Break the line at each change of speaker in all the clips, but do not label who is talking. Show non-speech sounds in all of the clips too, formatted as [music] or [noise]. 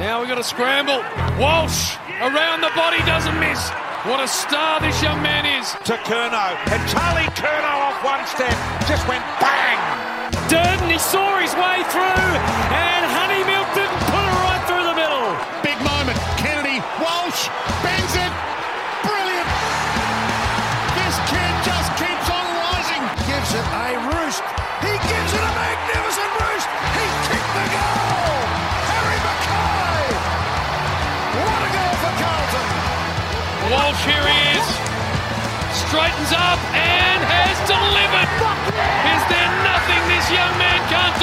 Now we've got a scramble. Walsh around the body doesn't miss. What a star this young man is.
to Kurno. And Charlie Kurno off one step just went bang.
Durden, he saw his way through, and Honey Milk didn't put it right through the middle.
Big moment. Kennedy Walsh bangs it. Brilliant. This kid just keeps on rising. Gives it a roost. He gives it a magnificent roost. He kicked the goal. Harry Mackay. What a goal for Carlton.
Walsh, here he is. Straightens up and has delivered. Is there nothing this young man can't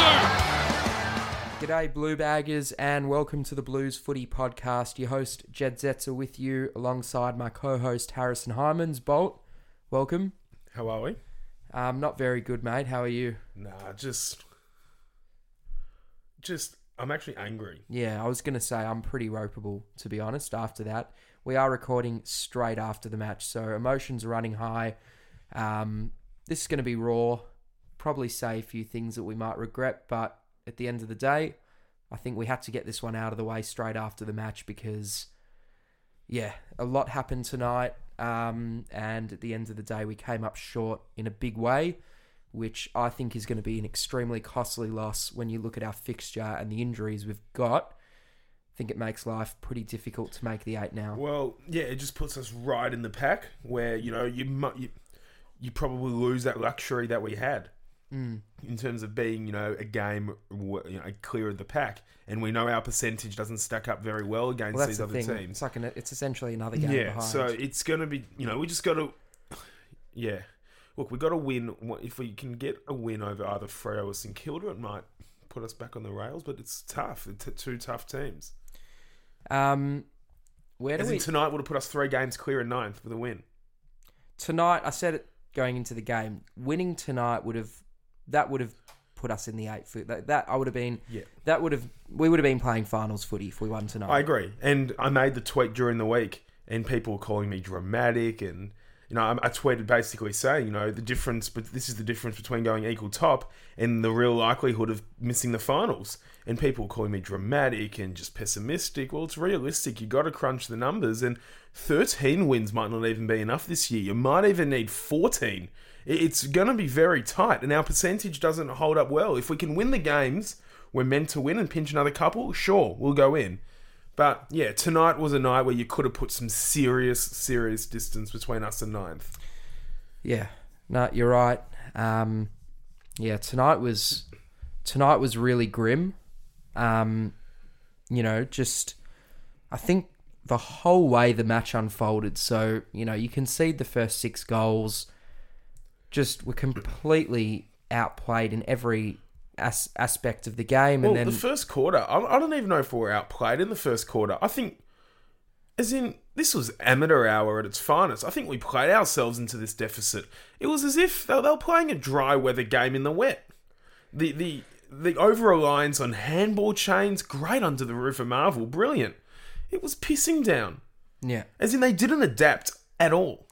do?
G'day, Blue Baggers, and welcome to the Blues Footy Podcast. Your host, Jed Zetzer, with you alongside my co host, Harrison Hymans. Bolt, welcome.
How are we?
Um, not very good, mate. How are you?
Nah, just, just. I'm actually angry.
Yeah, I was going to say I'm pretty ropeable, to be honest, after that. We are recording straight after the match, so emotions running high. Um, this is going to be raw. Probably say a few things that we might regret, but at the end of the day, I think we had to get this one out of the way straight after the match because, yeah, a lot happened tonight. Um, and at the end of the day, we came up short in a big way which I think is going to be an extremely costly loss when you look at our fixture and the injuries we've got. I think it makes life pretty difficult to make the eight now.
Well, yeah, it just puts us right in the pack where you know you mu- you, you probably lose that luxury that we had
Mm.
in terms of being you know a game w- you know, clear of the pack, and we know our percentage doesn't stack up very well against
Well,
these
that's the
other
thing. It's
teams.
like an, it's essentially another game
yeah,
behind.
so it's gonna be you know we just got to [sighs] yeah. Look, we got to win. What- If we can get a win over either Freo or St Kilda, it might put us back on the rails. But it's tough. It's t- two tough teams.
um, where do
As in
we
tonight would have put us three games clear in ninth with a win.
tonight? I said it going into the game. Winning tonight would have that would have put us in the eight foot. That, that I would have been.
Yeah.
That would have we would have been playing finals footy if we won tonight.
I agree. And I made the tweet during the week, and people were calling me dramatic. And, you know, I, I tweeted basically saying, you know, the difference, but this is the difference between going equal top and the real likelihood of missing the finals. And people were calling me dramatic and just pessimistic. Well, it's realistic. you got to crunch the numbers. And 13 wins might not even be enough this year. You might even need 14. I- It's going to be very tight. And our percentage doesn't hold up well. If we can win the games we're meant to win and pinch another couple, sure, we'll go in. But yeah, tonight was a night where you could have put some serious, serious distance between us and ninth.
Yeah, no, you're right. Um, yeah, tonight was tonight was really grim. Um, you know, just I think the whole way the match unfolded. So you know, you concede the first six goals, just were completely outplayed in every as- aspect of the game,
Well,
and
the
then
first quarter, I, I don't even know if we were outplayed in the first quarter. I think, as in, this was amateur hour at its finest. I think we played ourselves into this deficit. It was as if they, they were playing a dry weather game in the wet. The the the over reliance on handball chains, great under the roof of Marvel, brilliant. It was pissing down.
yeah,
As in, they didn't adapt at all.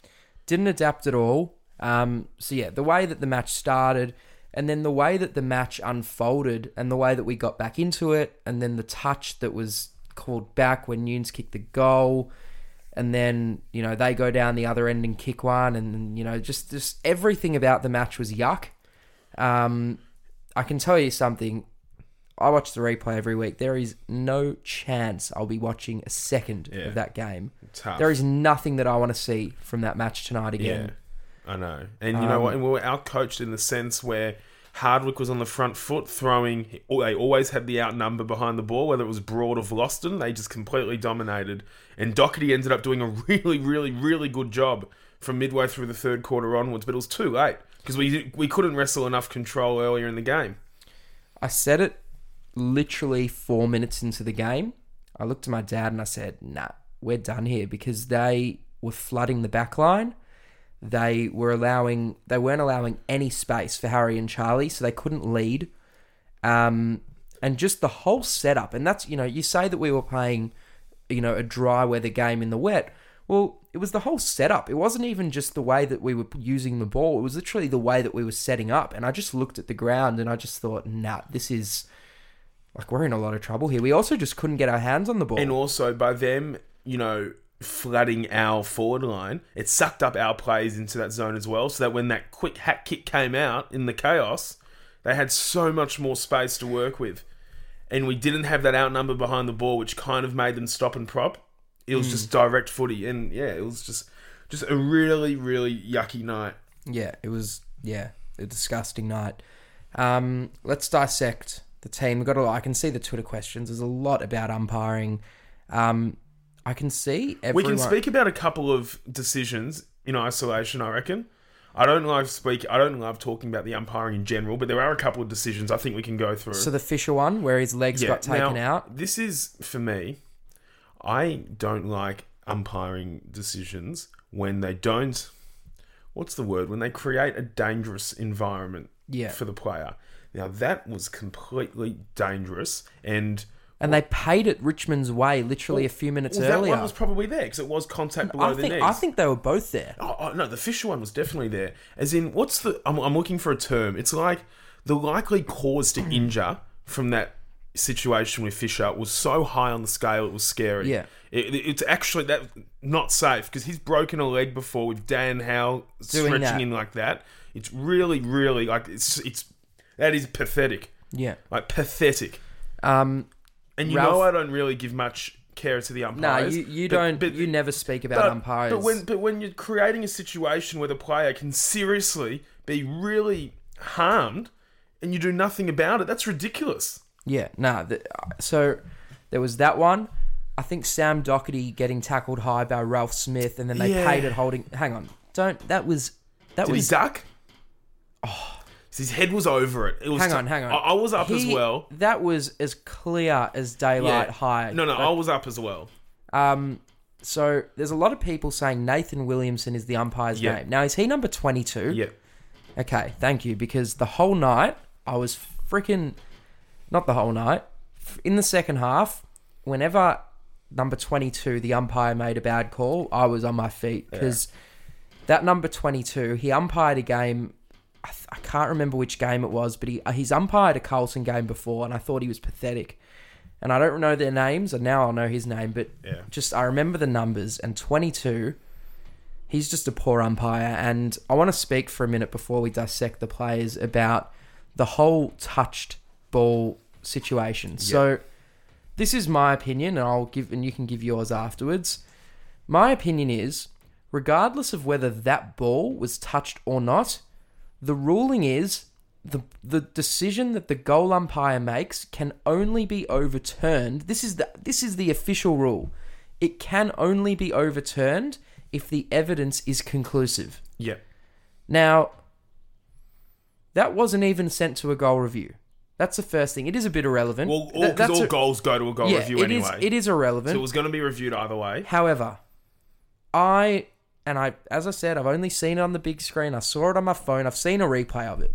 didn't adapt at all. Um, so yeah, the way that the match started, and then the way that the match unfolded, and the way that we got back into it, and then the touch that was called back when Nunes kicked the goal, and then you know they go down the other end and kick one, and you know just just everything about the match was yuck. Um, I can tell you something. I watch the replay every week. There is no chance I'll be watching a second
Yeah.
of that game.
Tough.
There is nothing that I want to see from that match tonight again.
Yeah, I know. And you know what? And we were outcoached in the sense where Hardwick was on the front foot throwing. They always had the outnumber behind the ball, whether it was Broad or Vloston. They just completely dominated. And Doherty ended up doing a [laughs] really, really, really good job from midway through the third quarter onwards, but it was too late because we we couldn't wrestle enough control earlier in the game.
I said it literally four minutes into the game. I looked at my dad and I said, nah, we're done here because they were flooding the back line. They were allowing they weren't allowing any space for Harry and Charlie, so they couldn't lead. Um and just the whole setup, and that's you know, you say that we were playing, you know, a dry weather game in the wet. Well, it was the whole setup. It wasn't even just the way that we were using the ball. It was literally the way that we were setting up. And I just looked at the ground and I just thought, nah, this is like we're in a lot of trouble here. We also just couldn't get our hands on the ball.
And also by them, you know, flooding our forward line, it sucked up our plays into that zone as well. So that when that quick hat kick came out in the chaos, they had so much more space to work with. And we didn't have that outnumber behind the ball, which kind of made them stop and prop. It was just direct footy, and yeah, it was just just a really, really yucky night.
yeah, it was yeah a disgusting night. Um, let's dissect the team. We've got a lot. I can see the Twitter questions. There's a lot about umpiring. Um, I can see
We can
everyone.
speak about a couple of decisions in isolation, I reckon. I don't love speak. I don't love talking about the umpiring in general, but there are a couple of decisions I think we can go through.
So the Fisher one, where his legs got taken
now,
out.
This is for me. I don't like umpiring decisions when they don't. What's the word? When they create a dangerous environment
Yeah.
for the player. Now that was completely dangerous, and
And they paid it Richmond's way literally a few minutes
well, that
earlier.
one was probably there because it was contact below
I
the
think
knees.
I think they were both there.
Oh, oh, no, the Fisher one was definitely there. As in, what's the? I'm, I'm looking for a term. It's like the likely cause
Hmm.
to injure from that situation with Fisher was so high on the scale it was scary.
Yeah.
It, it- it's actually that not safe because he's broken a leg before with Dan Howe
Doing
stretching
that.
in like that. It's really, really like it's it's that is pathetic,
Yeah.
like pathetic.
Um.
And you
Ralph-
know I don't really give much care to the
No,
umpires.
you, you
but-
don't.
but-
you never speak about
but,
umpires.
But when but when you're creating a situation where the player can seriously be really harmed and you do nothing about it, that's ridiculous.
Yeah, no. th so there was that one. I think Sam Doherty getting tackled high by Ralph Smith, and then they
Yeah.
paid it holding. Hang on, don't. That was that
Did he
was.
duck? Oh, his head was over it. It was.
hang
t-
on, hang on.
I, I was up as
He-
well.
That was as clear as daylight
Yeah.
high.
No, no, I was up as well.
Um, so there's a lot of people saying Nathan Williamson is the umpire's
Yeah.
name. Now is he number twenty two?
Yeah,
Okay, thank you. Because the whole night, I was freaking. Not the whole night. In the second half, whenever number 22, the umpire, made a bad call, I was on my feet. Because that number 22, he umpired a game. I, th- I can't remember which game it was, but he uh, he's umpired a Carlton game before, and I thought he was pathetic. And I don't know their names, and now I know his name, but
Yeah.
just I remember the numbers, and 22 he's just a poor umpire. And I want to speak for a minute before we dissect the players about the whole touched ball situation. So this is my opinion, and I'll give and you can give yours afterwards. My opinion is, regardless of whether that ball was touched or not, the ruling is the the decision that the goal umpire makes can only be overturned. This is the this is the official rule. It can only be overturned if the evidence is conclusive.
yeah.
Now, that wasn't even sent to a goal review. That's the first thing. It is a bit irrelevant.
Well, all,
Th-
'cause
that's
all
a-
goals go to a goal
yeah,
review
it is-
anyway.
it is irrelevant.
So it was going to be reviewed either way.
However, I and I as I said, I've only seen it on the big screen. I saw it on my phone. I've seen a replay of it.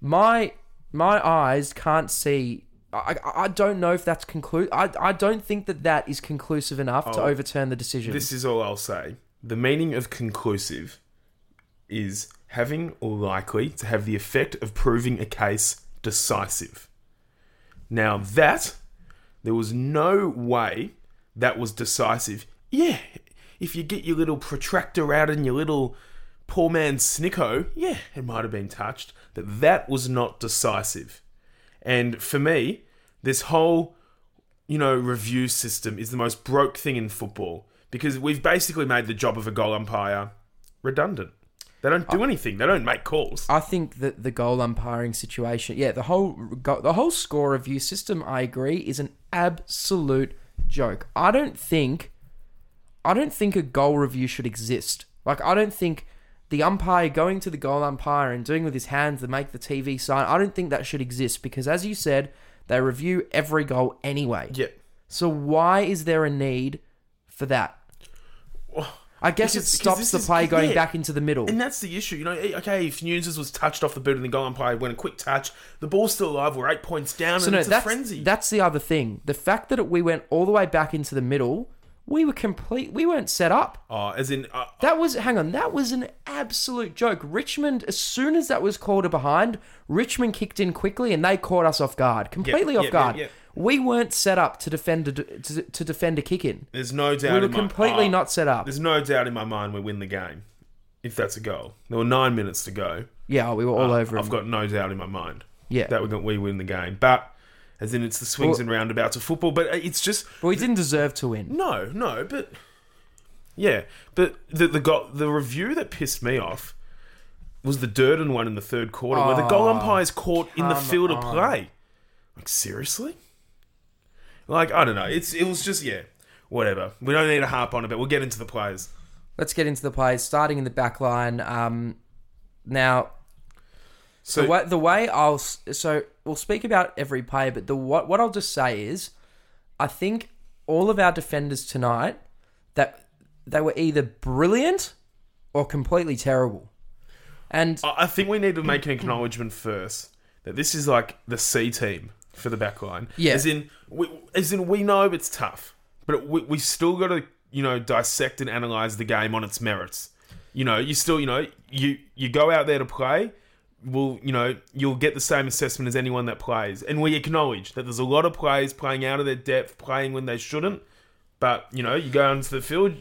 My my eyes can't see I, I- I don't know if that's conclude. I, I don't think that that is conclusive enough to overturn the decision.
This is all I'll say. The meaning of conclusive is having or likely to have the effect of proving a case decisive. Now that there was no way that was decisive. Yeah, if you get your little protractor out and your little poor man snicko, yeah, it might have been touched. But that was not decisive. And for me, this whole you know, review system is the most broke thing in football because we've basically made the job of a goal umpire redundant. They don't do anything. They don't make calls.
I think that the goal umpiring situation, yeah, the whole go- the whole score review system, I agree, is an absolute joke. I don't think, I don't think a goal review should exist. Like, I don't think the umpire going to the goal umpire and doing with his hands the make the TV sign. I don't think that should exist because, as you said, they review every goal anyway.
yeah.
So why is there a need for that? I guess
because-
it
because
stops
this
the
is-
play going
yeah.
back into the middle.
And that's the issue. You know, eh, okay, if Nunes was touched off the boot and the goal umpire went a quick touch, the ball's still alive. We're eight points down
So
and
no,
it's a
that's
frenzy.
that's the other thing. The fact that it, we went all the way back into the middle we were complete. We weren't set up.
Oh, as in, uh,
That was hang on. That was an absolute joke. Richmond, as soon as that was called a behind, Richmond kicked in quickly and they caught us off guard, completely off
yep,
guard.
yep.
We weren't set up to defend a, to, to defend a kick in.
there's no doubt.
We were
in my-
completely
oh,
not set up.
There's no doubt in my mind we win the game if that's a goal. There were nine minutes to go.
Yeah, we were all over.
Ah, I've
him.
got no doubt in my mind.
Um, Yeah.
that we got we win the game, but as in it's the swings
Well-
and roundabouts of football. But uh, it's just
but we didn't deserve to win.
No, no, but yeah, but the the go- the review that pissed me off was the Durden one in the third quarter, where the
Oh,
goal umpire's caught in the field of play. Like seriously? Like I don't know. It's it was just yeah, whatever. We don't need to harp on it, but we'll get into the players.
Let's get into the plays. Starting in the back line. Um, now
So
The way, the way I'll s- so we'll speak about every play, but the what what I'll just say is, I think all of our defenders tonight that they were either brilliant or completely terrible, and
I I think we need to make an acknowledgement first that this is like the C team for the back line.
Yeah.
As in, we, as in, we know it's tough, but we, we still got to you know dissect and analyze the game on its merits. You know, you still you know you you go out there to play. Well, you know, you'll get the same assessment as anyone that plays, and we acknowledge that there's a lot of players playing out of their depth, playing when they shouldn't. But you know, you go onto the field,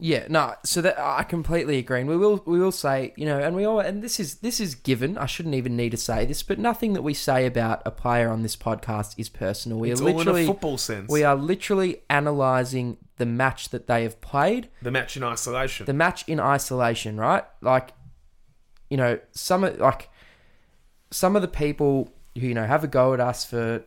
Yeah, no. So that I completely agree, and we will we will say you know, and we all and this is this is given. I shouldn't even need to say this, but nothing that we say about a player on this podcast is personal. We
It's
are
all in a
literally
football sense.
We are literally analyzing the match that they have played,
the match in isolation.
the match in isolation, right? Like, you know, some of like some of the people who you know have a go at us for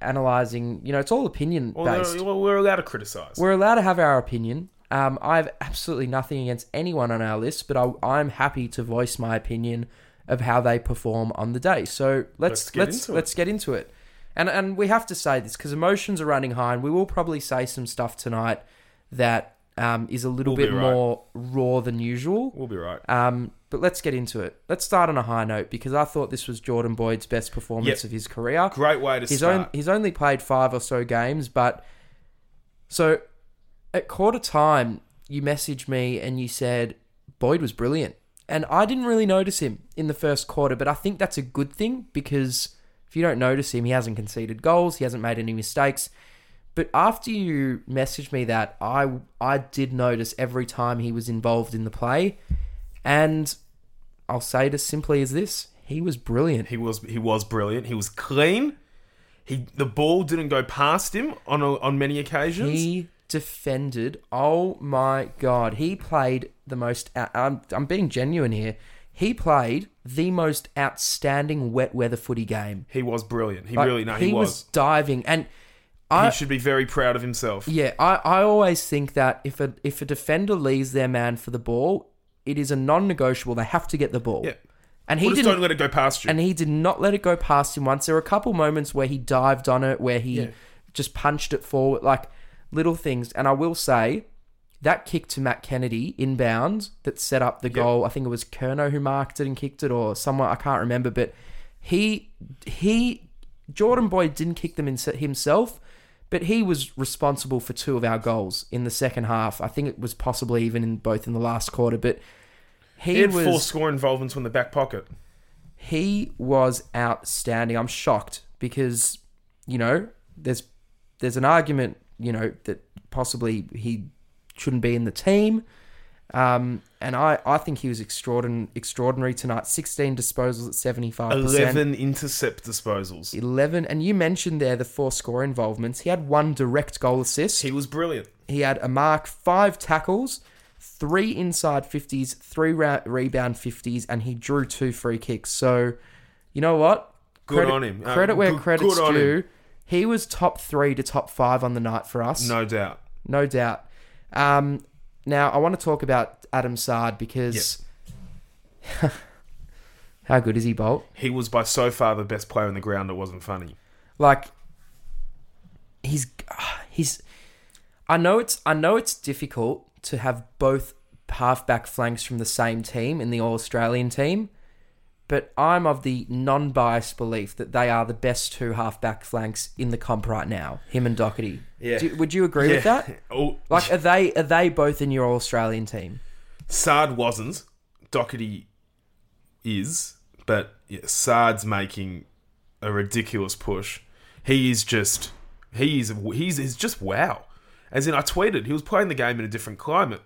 analyzing. You know, it's all opinion
Well,
based.
they're- well, we're allowed to criticize.
We're allowed to have our opinion. Um, I have absolutely nothing against anyone on our list, but I, I'm happy to voice my opinion of how they perform on the day. So let's
Let's
let's
get
let's,
into it.
get into it. And and we have to say this because emotions are running high, and we will probably say some stuff tonight that um, is a little
We'll be
bit
right.
more raw than usual.
we'll be right.
Um, but let's get into it. Let's start on a high note because I thought this was Jordan Boyd's best performance
Yep.
of his career.
Great way to
he's
start.
on- he's only played five or so games, but so at quarter time, you messaged me and you said Boyd was brilliant, and I didn't really notice him in the first quarter, but I think that's a good thing because if you don't notice him, he hasn't conceded goals, he hasn't made any mistakes. But after you messaged me that, I I did notice every time he was involved in the play, and I'll say it as simply as this: he was brilliant.
He was he was brilliant. He was clean. He the ball didn't go past him on a, on many occasions.
He defended. Oh my god, he played the most. out- I'm I'm being genuine here. He played the most outstanding wet weather footy game.
He was brilliant. He
Like,
really no he, was.
diving, and
he
I
should be very proud of himself.
yeah I, I always think that if a if a defender leaves their man for the ball, it is a non-negotiable. They have to get the ball.
Yeah.
And he
Well, just
didn't
don't let it go past you.
and he did not let it go past him once. There were a couple moments where he dived on it, where he just punched it forward, like little things. And I will say that kick to Matt Kennedy inbound that set up the goal. I think it was Kerno who marked it and kicked it, or someone I can't remember. But he he Jordan Boyd didn't kick them in himself. But he was responsible for two of our goals in the second half. I think it was possibly even in both in the last quarter. But he,
he had
was
four score involvements from the back pocket.
he was outstanding. I'm shocked because you know there's there's an argument you know that possibly he shouldn't be in the team, um, and I I think he was extraordinary extraordinary tonight. 16 disposals at 75 percent.
Eleven intercept disposals.
11 and you mentioned there the four score involvements. He had one direct goal assist.
He was brilliant.
He had a mark, five tackles, three inside 50s, three ra- rebound 50s, and he drew two free kicks. So, you know what?
Good on him. Uh,
Credit where
good-
credit's
good on him.
due. He was top three to top five on the night for us.
No doubt.
No doubt. Um, now, I want to talk about Adam Sard because. [laughs] how good is he, Bolt?
He was by so far the best player on the ground. It wasn't funny.
like he's [sighs] he's I know it's I know it's difficult to have both halfback flanks from the same team in the All Australian team, but I'm of the non biased belief that they are the best two halfback flanks in the comp right now, him and Doherty.
Yeah.
Do, would you agree with
Yeah.
that?
[laughs] Oh,
Like, are they are they both in your Australian team?
Sard wasn't. Doherty is, but yeah, Sard's making a ridiculous push. He is just he is he's, he's just wow. As in, I tweeted he was playing the game in a different climate.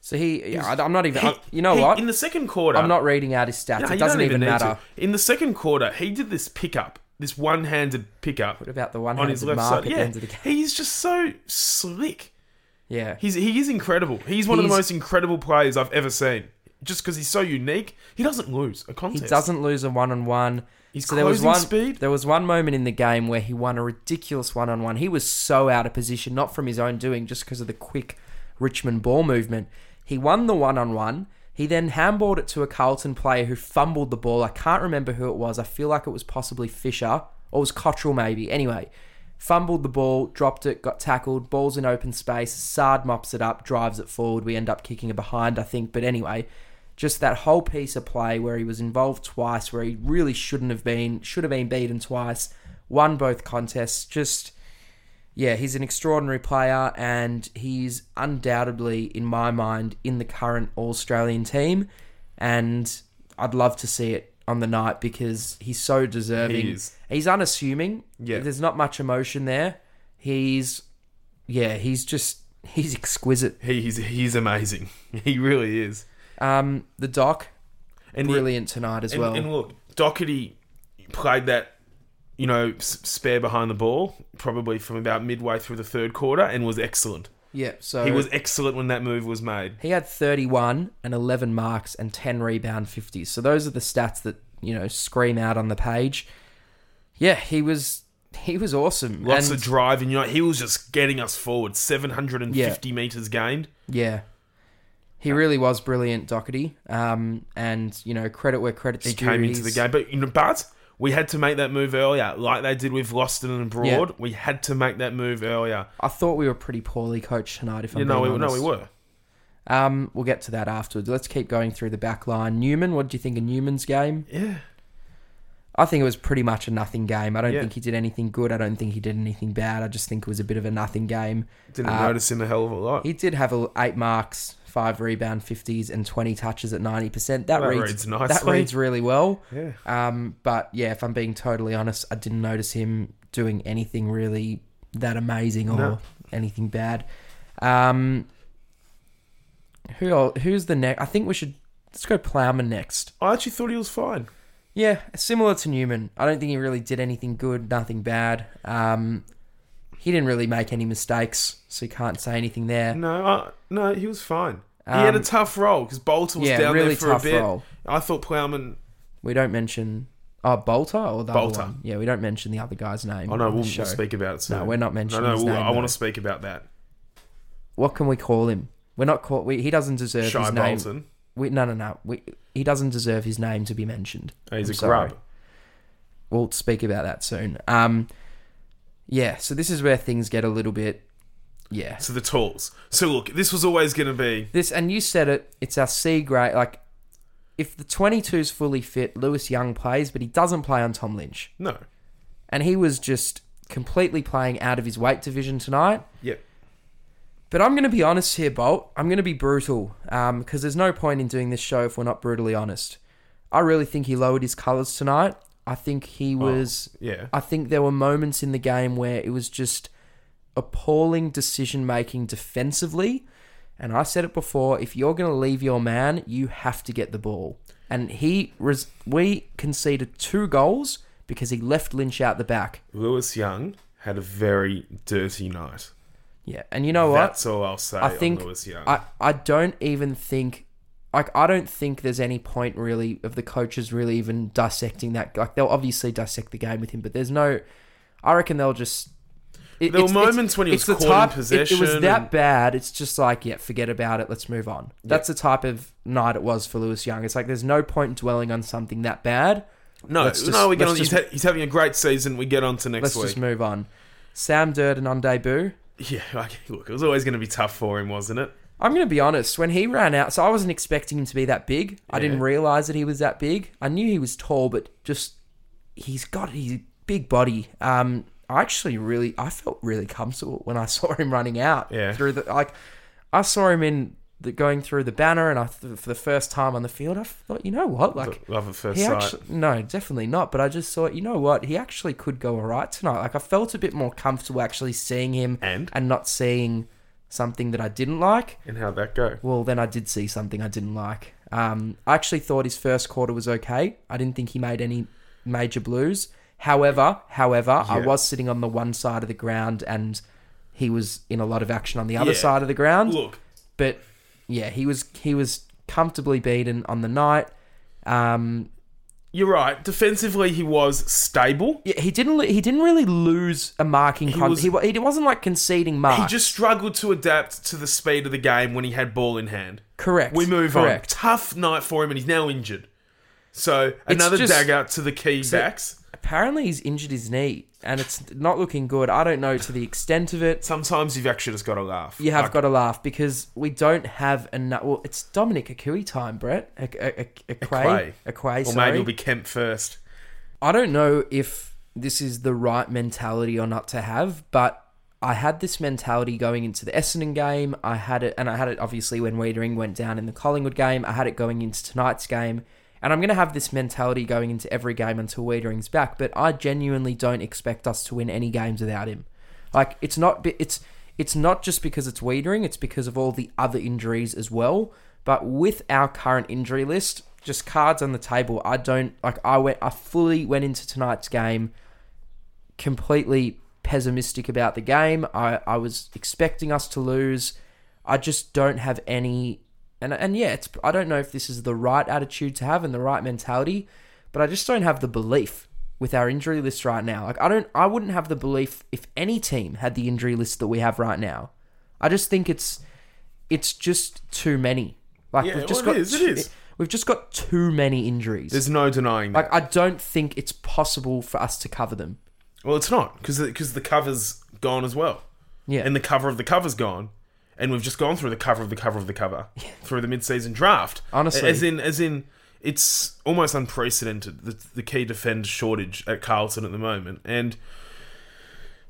So he, yeah, I- I'm not even. I-
He-
you know
he-
what?
In the second quarter,
I'm not reading out his stats.
No,
it
you
doesn't
don't
even,
need
matter.
to. In the second quarter, he did this pickup, this one-handed pickup
What about the one
on his
handed
left side.
mark at
Yeah,
the end of the game?
he's just so slick.
Yeah.
He's he is incredible. He's one of the
He's-
most incredible players I've ever seen. Just because he's so unique, he doesn't lose a
He
contest.
doesn't lose a one on one.
His
there was
closing
one
speed?
there was one moment in the game where he won a ridiculous one on one. He was so out of position, not from his own doing, just because of the quick Richmond ball movement. He won the one on one. He then handballed it to a Carlton player who fumbled the ball. I can't remember who it was. I feel like it was possibly Fisher or it was Cottrell maybe. Anyway, fumbled the ball, dropped it, got tackled, ball's in open space, Sard mops it up, drives it forward. We end up kicking it behind, I think. But anyway, just that whole piece of play where he was involved twice, where he really shouldn't have been, should have been beaten twice, won both contests. Just, yeah, he's an extraordinary player, and he's undoubtedly, in my mind, in the current All Australian team. And I'd love to see it on the night because he's so deserving.
He is.
He's unassuming.
Yeah.
There's not much emotion there. He's, yeah, he's just, [laughs] he's exquisite.
He, he's he's amazing. [laughs] He really is.
Um, the doc,
And he-
brilliant tonight as
and,
well.
and look, Doherty played that, you know, s- spare behind the ball probably from about midway through the third quarter and was excellent.
yeah, so
He was excellent when that move was made.
He had 31 and 11 marks and 10 rebound 50s. So those are the stats that, you know, scream out on the page. Yeah, he was he was awesome.
Lots
and,
of drive, and you know, he was just getting us forward. Seven hundred and fifty meters gained.
Yeah. He really was brilliant, Doherty. Um, and, you know, credit where credit's
he
due.
came into the
he's-
game. But you know, but we had to make that move earlier, like they did with Loston and Broad.
Yeah.
We had to make that move earlier.
I thought we were pretty poorly coached tonight, if I'm
You know,
being
we, no,
honest.
we were.
Um, we'll get to that afterwards. Let's keep going through the back line. Newman, what do you think of Newman's game?
Yeah,
I think it was pretty much a nothing game. I don't
Yeah.
think he did anything good. I don't think he did anything bad. I just think it was a bit of a nothing game.
didn't
Uh,
notice him a hell of a lot.
He did have a- eight marks, five rebound fifties, and twenty touches at ninety percent. That,
That
reads,
reads
That
nicely.
reads really well.
Yeah.
Um, but yeah, if I'm being totally honest, I didn't notice him doing anything really that amazing or
No.
anything bad. Um, who el- who's the next? I think we should let's go Plowman next.
I actually thought he was fine.
Yeah, similar to Newman. I don't think he really did anything good, nothing bad. Um, he didn't really make any mistakes, so you can't say anything there.
No, I, no, he was fine. he had a tough role because Bolter was
Um, yeah,
down
really
there for
tough
a bit.
role.
I thought Plowman.
We don't mention oh Bolter or the
Bolter.
Other one? Yeah, we don't mention the other guy's name.
Oh no,
on the
we'll,
show.
we'll speak about it. Soon.
No, we're not mentioning
No, no,
his
we'll-
name,
I want
though.
to speak about that.
What can we call him? We're not call. We, he doesn't deserve
Shy
his name.
Bolton.
We, no, no, no. We, he doesn't deserve his name to be mentioned.
Oh, He's
I'm
a
sorry.
grub.
We'll speak about that soon. Um, yeah. So this is where things get a little bit. Yeah.
So the tools. So look, this was always going to be.
This and you said it. It's our C grade. Like, if the 22's fully fit, Lewis Young plays, but he doesn't play on Tom Lynch.
No.
and he was just completely playing out of his weight division tonight.
Yep.
But I'm going to be honest here, Bolt. I'm going to be brutal because there's no point in doing this show if we're not brutally honest. I really think he lowered his colours tonight. I think he was.
Oh, yeah.
I think there were moments in the game where it was just appalling decision making defensively. And I said it before if you're going to leave your man, you have to get the ball. And he. Res- we conceded two goals because he left Lynch out the back.
Lewis Young had a very dirty night.
Yeah, and you know what?
That's all I'll say
I think
on Lewis Young.
I, I don't even think like I don't think there's any point really of the coaches really even dissecting that. Like they'll obviously dissect the game with him, but there's no. I reckon they'll just. it-
There were
it's- it's-
moments when he
it's
was
the
caught in
type- it- It, was
possession
that
and-
bad. It's just like yeah, forget about it. Let's move on. That's the type of night it was for Lewis Young. It's like there's no point in dwelling on something that bad.
no,
let's just-
no, we get
let's
on, he's,
just-
ha- he's having a great season. We get on to next
Let's
week.
just move on. Sam Durden on debut.
yeah, like, look, it was always going to be tough for him, wasn't it?
I'm going to be honest. When he ran out, so I wasn't expecting him to be that big. I didn't realize that he was that big. I knew he was tall, but just he's got his big body. Um, I actually really, I felt really comfortable when I [laughs] saw him running out.
Yeah.
Through the like, I saw him in the going through the banner, and I th- for the first time on the field, I thought, you know what, like
Love at first
he
sight.
actually no, definitely not. But I just thought, you know what, he actually could go all right tonight. Like I felt a bit more comfortable actually seeing him
And?
not seeing something that I didn't like.
and how'd that go?
Well, then I did see something I didn't like. Um, I actually thought his first quarter was okay. I didn't think he made any major blues. However, however, I
Yeah.
was sitting on the one side of the ground and he was in a lot of action on the other
Yeah.
side of the ground.
Look,
But yeah, he was he was comfortably beaten on the night. Um,
you're right. Defensively, he was stable.
Yeah, he didn't. He didn't really lose a marking. He,
was-
he, wa- he wasn't like conceding
He
marks.
just struggled to adapt to the speed of the game when he had ball in hand.
correct.
We move
correct.
on. Tough night for him, and he's now injured. So another
just-
dagger to the key backs.
Apparently, he's injured his knee, and it's not looking good. I don't know to the extent of it.
Sometimes you've actually just got to laugh.
You have
Like,
got to laugh because we don't have enough. Well, it's Dominic Akui time, Brett. A, a, a,
Quay.
Aquay. Aquay,
Or
sorry.
maybe it'll be Kemp first.
I don't know if this is the right mentality or not to have, but I had this mentality going into the Essendon game. I had it, and I had it obviously when Wiedering went down in the Collingwood game. I had it going into tonight's game, and I'm going to have this mentality going into every game until Wiedering's back. But I genuinely don't expect us to win any games without him. Like it's not, be- it's it's not just because it's Wiedering. It's because of all the other injuries as well. But with our current injury list, just cards on the table. I don't like. I went. I fully went into tonight's game completely pessimistic about the game. I, I was expecting us to lose. I just don't have any, and and yeah, it's I don't know if this is the right attitude to have and the right mentality, but I just don't have the belief with our injury list right now. Like I don't, I wouldn't have the belief if any team had the injury list that we have right now. I just think it's it's just too many. Like
Yeah,
we've just
well,
got
it is, it
too-
is.
we've just got too many injuries.
There's no denying that.
like I don't think it's possible for us to cover them.
well, it's not because the cover's gone as well,
Yeah.
and the cover of the cover's gone, and we've just gone through the cover of the cover of the cover through the mid-season draft.
Honestly.
as in, as in, it's almost unprecedented the, the key defender shortage at Carlton at the moment, and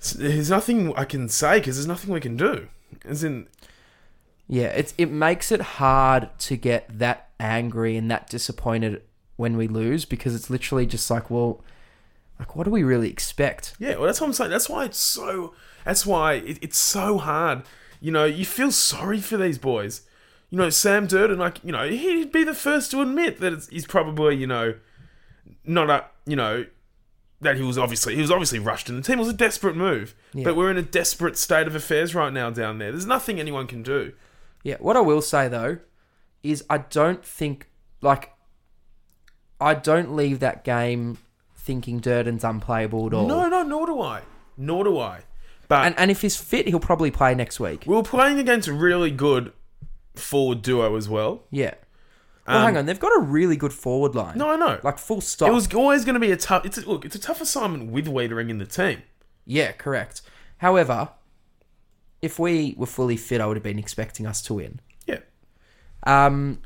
s- there's nothing I can say because there's nothing we can do. As in,
Yeah, it's it makes it hard to get that angry and that disappointed when we lose because it's literally just like, well, like what do we really expect?
Yeah, well, that's what I'm saying. That's why it's so. That's why it, it's so hard. You know, you feel sorry for these boys. You know, Sam Durden, like you know, he'd be the first to admit that it's, he's probably you know, not a you know, that he was obviously he was obviously rushed in the team. It was a desperate move, but we're in a desperate state of affairs right now down there. There's nothing anyone can do.
Yeah, what I will say though is I don't think like I don't leave that game thinking Durden's unplayable at all.
No, no, nor do I. Nor do I. But
And and if he's fit, he'll probably play next week.
we were playing against a really good forward duo as well.
Yeah. Well, hang on, they've got a really good forward line.
Um, No, I know.
Like full stop.
It was always going to be a tough. It's a, look, it's a tough assignment with Wiedering in the team.
Yeah, correct. However, if we were fully fit, I would have been expecting us to win.
Yeah,
Um,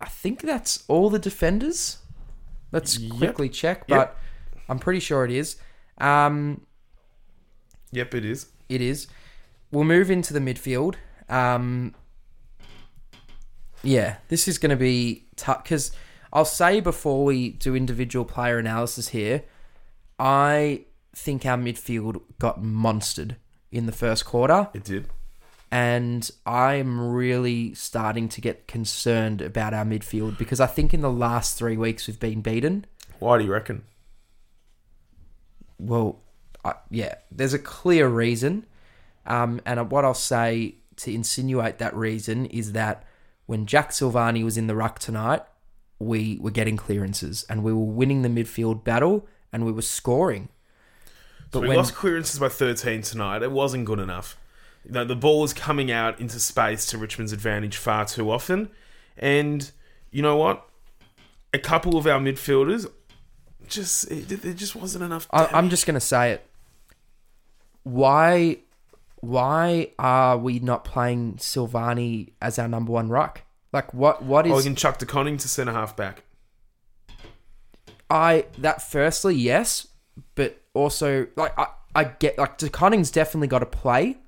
I think that's all the defenders. Let's quickly check, but
Yep.
I'm pretty sure it is. Um,
yep, it is.
it is. We'll move into the midfield. Um, yeah, this is going to be tough because I'll say before we do individual player analysis here, I think our midfield got monstered in the first quarter
It did.
and I'm really starting to get concerned about our midfield because I think in the last three weeks we've been beaten.
Why do you reckon?
Well, I, yeah, there's a clear reason, um, and what I'll say to insinuate that reason is that when Jack Silvani was in the ruck tonight, we were getting clearances and we were winning the midfield battle and we were scoring.
But we
when-
lost clearances by 13 tonight. It wasn't good enough. You know, the ball was coming out into space to Richmond's advantage far too often, and you know what? A couple of our midfielders just it, it just wasn't enough.
I, I'm just going to say it. Why why are we not playing Silvani as our number one ruck? Like what what
Or
is
we can chuck to Conning to centre half back.
I that firstly, yes, but also like I, I get like DeConning's definitely got to play,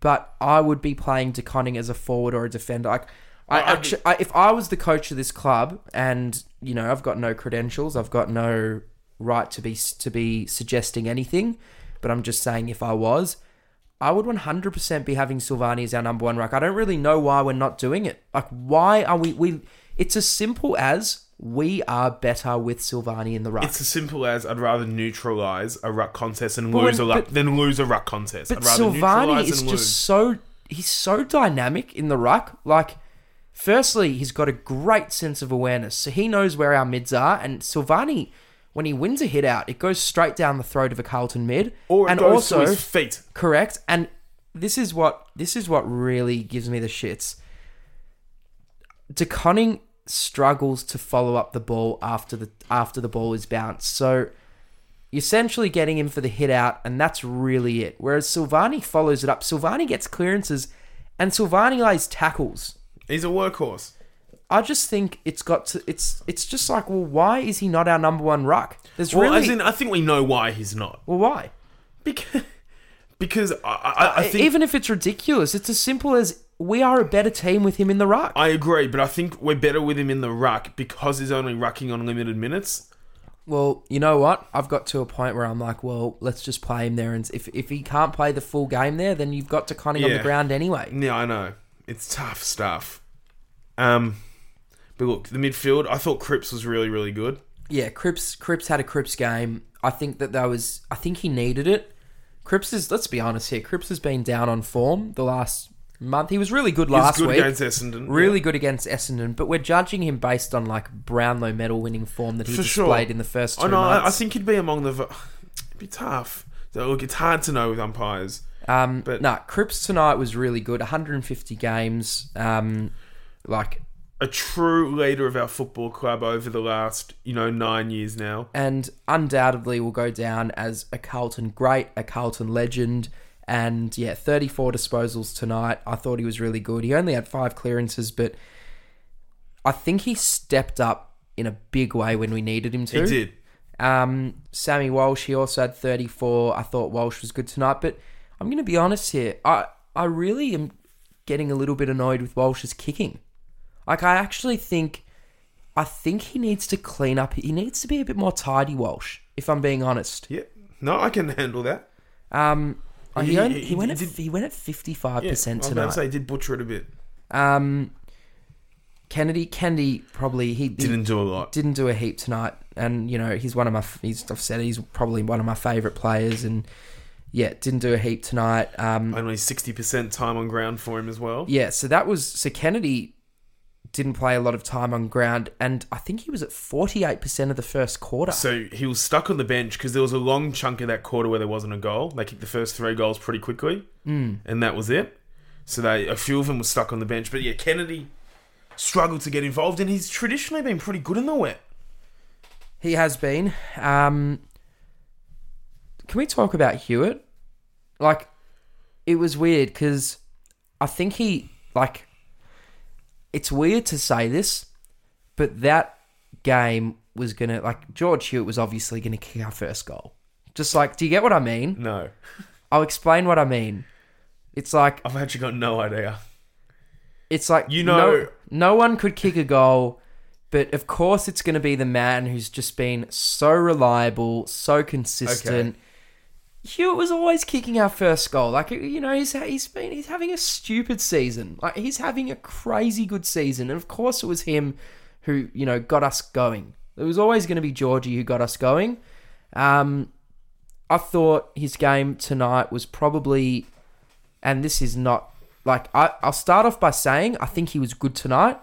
but I would be playing DeConning as a forward or a defender. Like I
Well, I'd
actually, I, if I was the coach of this club, and you know I've got no credentials, I've got no right to be s- to be suggesting anything, but I'm just saying if I was. I would 100% be having Silvani as our number one ruck. I don't really know why we're not doing it. Like, why are we? We it's as simple as we are better with Silvani in the ruck.
It's as simple as I'd rather neutralise a ruck contest and
But
lose
when-
a ruck
but-
than lose a ruck contest.
But
I'd rather
Silvani
neutralise
is
and
just
lose.
so he's so dynamic in the ruck. Like, firstly, he's got a great sense of awareness, so he knows where our mids are. And Silvani, when he wins a hit out, it goes straight down the throat of a Carlton mid,
Or it
and
goes
also
to his feet.
correct. And this is what this is what really gives me the shits. DeConning struggles to follow up the ball after the after the ball is bounced. So you're essentially getting him for the hit out, and that's really it. Whereas Silvani follows it up. Silvani gets clearances, and Silvani lays tackles.
He's a workhorse.
I just think it's got to. It's it's just like, well, why is he not our number one ruck? There's
Well,
really
as in, I think we know why he's not.
well, why?
Because, [laughs] because I, I, I think
Uh, Even if it's ridiculous, it's as simple as we are a better team with him in the ruck.
I agree, but I think we're better with him in the ruck because he's only rucking on limited minutes.
Well, you know what? I've got to a point where I'm like, well, let's just play him there, and if if he can't play the full game there, then you've got to Conning on the
Yeah.
ground anyway.
Yeah, I know. It's tough stuff. Um, but look, the midfield. I thought Cripps was really, really good.
Yeah, Cripps Cripps had a Cripps game. I think that that was. I think he needed it. Cripps is. Let's be honest here. Cripps has been down on form the last month. He was really good
He was
last
good
week.
against Essendon.
Really good against Essendon, but we're judging him based on like Brownlow medal winning form that he
For sure.
displayed in the first two
I know. I, I
months.
think he'd be among the. v- [sighs] It'd be tough. So, look, it's hard to know with umpires.
Um,
But-
nah, Cripps tonight was really good. 150 games. Um, like
A true leader of our football club over the last, you know, nine years now.
and undoubtedly will go down as a Carlton great, a Carlton legend. And yeah, 34 disposals tonight. I thought he was really good. He only had five clearances, but I think he stepped up in a big way when we needed him to.
He did.
Um, Sammy Walsh, he also had 34. I thought Walsh was good tonight, but I'm going to be honest here. I, I really am getting a little bit annoyed with Walsh's kicking. Like, I actually think, I think he needs to clean up. He needs to be a bit more tidy, Walsh, if I'm being honest.
Yeah. No, I can handle that.
Um, he,
He-
only,
he-
he, went at,
he
he went at 55%
Yeah, I was going
tonight.
to say, he did butcher it a bit.
um, Kennedy, Kennedy probably, he, he
Didn't do a lot.
didn't do a heap tonight, and you know he's one of my. He's I've said he's probably one of my favourite players, and yeah, didn't do a heap tonight. Um,
Only 60% time on ground for him as well.
yeah, so that was so Kennedy didn't play a lot of time on ground, and I think he was at forty eight percent of the first quarter.
So he was stuck on the bench because there was a long chunk of that quarter where there wasn't a goal. They kicked the first three goals pretty quickly, mm. and that was it. So they a few of them were stuck on the bench. But yeah, Kennedy struggled to get involved, and he's traditionally been pretty good in the wet.
he has been. Um, can we talk about Hewitt? Like, it was weird because I think he like. It's weird to say this, but that game was gonna like George Hewitt was obviously gonna kick our first goal. Just like, do you get what I mean?
No,
I'll explain what I mean. It's like
I've actually got no idea.
it's like
You
no,
know-
no one could kick a goal, but of course it's going to be the man who's just been so reliable, so consistent. Hewitt was always kicking our first goal. Like you know, he's he's been he's having a stupid season. Like he's having a crazy good season, and of course it was him who you know got us going. It was always going to be Georgie who got us going. Um, I thought his game tonight was probably, and this is not like I, I'll start off by saying I think he was good tonight,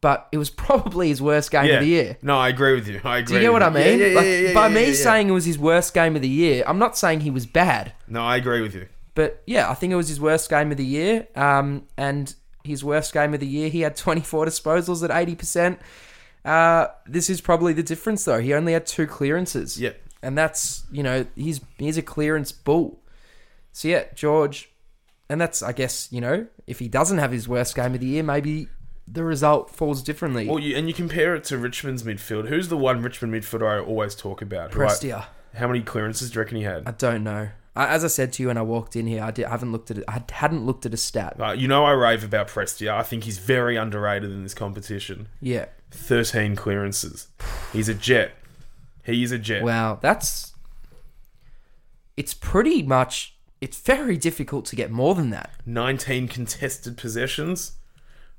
but it was [laughs] probably his worst game
Yeah,
of the year.
No, I agree with you. I agree.
Do you get what I
with
mean?
Yeah, yeah, yeah,
Like,
yeah, yeah,
by
yeah,
me
yeah, yeah.
saying it was his worst game of the year, I'm not saying he was bad,
no, I agree with you.
but yeah, I think it was his worst game of the year. Um, and his worst game of the year, he had [laughs] 24 disposals at 80%. Uh, this is probably the difference though. He only had two clearances.
Yeah.
And that's, you know, he's he's a clearance bull. So yeah, George and that's I guess you know if he doesn't have his worst game of the year, maybe the result falls differently.
Well, you, and you compare it to Richmond's midfield. Who's the one Richmond midfielder I always talk about? who I-
Prestia,
how many clearances do you reckon he had?
I don't know. I, as I said to you when I walked in here, I, did, I haven't looked at it. I hadn't looked at a stat.
Uh, you know I rave about Prestia. I think he's very underrated in this competition.
Yeah.
13 clearances. He's a jet. He is a jet.
Wow, that's it's pretty much it's very difficult to get more than that.
19 contested possessions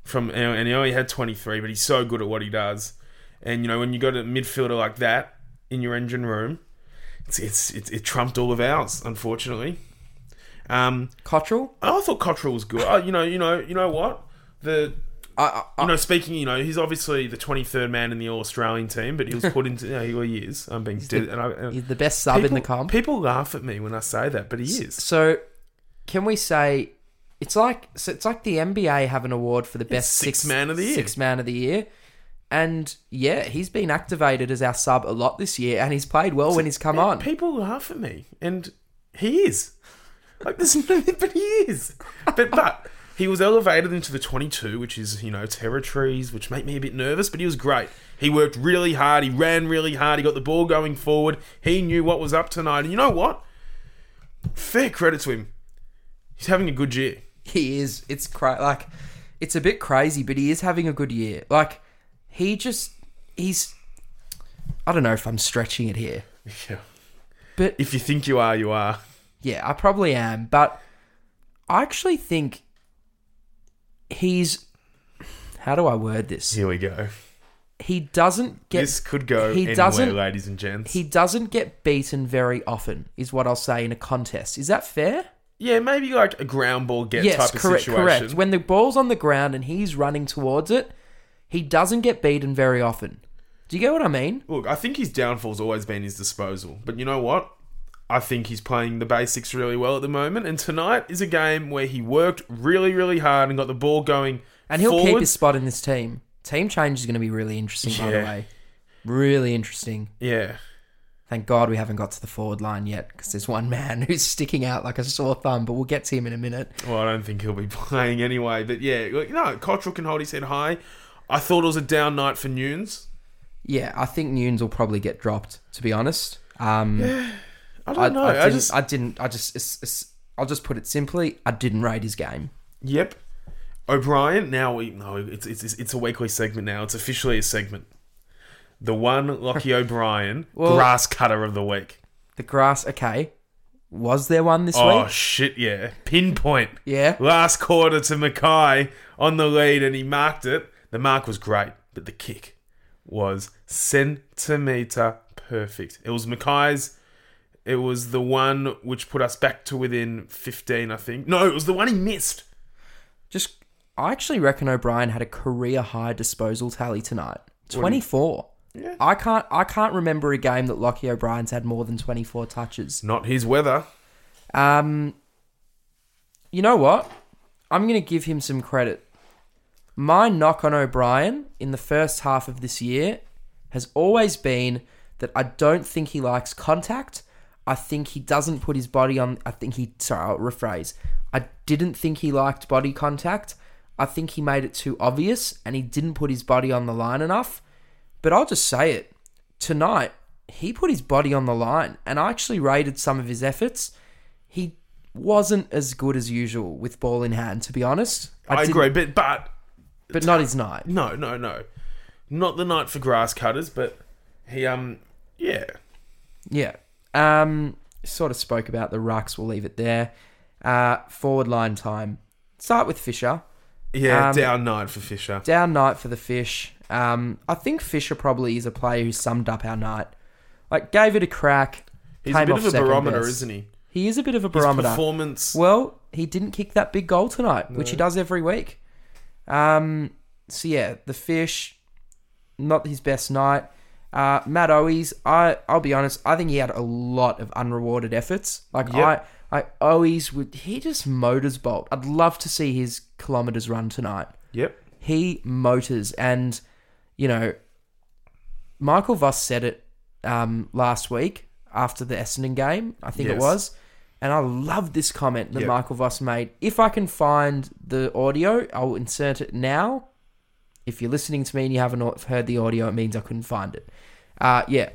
from and and he only had 23, but he's so good at what he does. And you know, when you got a midfielder like that in your engine room, it's it's it, it trumped all of ours, unfortunately. Um,
Cottrell,
I thought Cottrell was good. Oh, you know, you know, you know what? The
I, I,
you know, speaking, you know, he's obviously the 23rd man in the All Australian team, but he was put into. [laughs] You know, he well, he is. I'm being. dead and I, and
he's the best sub
people,
in the comp.
People laugh at me when I say that, but he is.
so, can we say it's like so it's like the NBA have an award for the best
six man of the year.
Six man of the year. And yeah, he's been activated as our sub a lot this year, and he's played well when he's come on.
People laugh at me, and he is. Like there's no, [laughs] but he is. But but he was elevated into the 22, which is you know territories, which make me a bit nervous. But he was great. He worked really hard. He ran really hard. He got the ball going forward. He knew what was up tonight. And you know what? Fair credit to him. He's having a good year.
he is. It's cra- like it's a bit crazy, but he is having a good year. Like he just he's I don't know if I'm stretching it here.
Yeah.
But-
if you think you are, you are.
Yeah, I probably am, but I actually think he's how do I word this?
Here we go.
He doesn't get
This could go
he
anywhere,
doesn't
ladies and gents.
he doesn't get beaten very often is what I'll say in a contest. Is that fair?
yeah, maybe like a ground ball get
yes,
type of
correct,
situation.
correct. When the ball's on the ground and he's running towards it, he doesn't get beaten very often. Do you get what I mean?
Look, I think his downfall's always been his disposal. But you know what? I think he's playing the basics really well at the moment. And tonight is a game where he worked really, really hard and got the ball going.
And he'll
forward.
keep his spot in this team. Team change is going to be really interesting, by the
Yeah.
way. Really interesting.
Yeah.
Thank God we haven't got to the forward line yet because there's one man [laughs] who's sticking out like a sore thumb, but we'll get to him in a minute.
Well, I don't think he'll be [laughs] playing anyway. But yeah, look, no, Cottrell can hold his head high. I thought it was a down night for Nunes.
Yeah, I think Nunes will probably get dropped, to be honest. Um,
I
I,
don't know.
I
Oh, I,
didn't,
just
I didn't, I just, it's, it's, I'll just put it simply, I didn't rate his game.
Yep. O'Brien. Now we no. It's it's it's- it's a weekly segment now. It's officially a segment. The one Lockie [laughs] O'Brien grass cutter of the week.
The grass, okay. Was there one this
Oh
week?
shit! Yeah, pinpoint.
Yeah.
Last quarter to Mackay on the lead, and he marked it. The mark was great, but the kick was centimeter perfect. It was Mackay's. It was the one which put us back to within fifteen, I think. No, it was the one he missed.
Just, I actually reckon O'Brien had a career high disposal tally tonight. 24.
Yeah.
I can't, I can't remember a game that Lockie O'Brien's had more than 24 touches.
Not his weather.
Um, you know what? I'm going to give him some credit. My knock on O'Brien in the first half of this year has always been that I don't think he likes contact. I think he doesn't put his body on. I think he. Sorry, I'll rephrase. I didn't think he liked body contact. I think he made it too obvious and he didn't put his body on the line enough. But I'll just say it. Tonight, he put his body on the line and I actually rated some of his efforts he wasn't as good as usual with ball in hand, to be honest.
I,
didn't-
agree, but but
But not his night.
no, no, no, not the night for grass cutters. But he um yeah
Yeah. Um, sort of spoke about the rucks. We'll leave it there. Uh, forward line time. Start with Fisher.
yeah
Um,
down nine for Fisher.
Down night for the Fish. Um, I think Fisher probably is a player who summed up our night. Like, gave it a crack.
He's a
came
bit
off
of a
second
barometer,
best.
isn't he?
He is a bit of a
His
barometer.
performance.
Well, he didn't kick that big goal tonight, which he does every week. Um, so yeah, the fish, not his best night. Uh, Matt Owies, I I'll be honest, I think he had a lot of unrewarded efforts. Like
Yep.
I I Owies would he just motors bolt. I'd love to see his kilometers run tonight.
yep.
He motors, and you know, Michael Voss said it um, last week after the Essendon game. I think it
Yes.
was. And I love this comment that
Yeah.
Michael Voss made. If I can find the audio, I'll insert it now. If you're listening to me and you haven't au- heard the audio, it means I couldn't find it. Uh, yeah.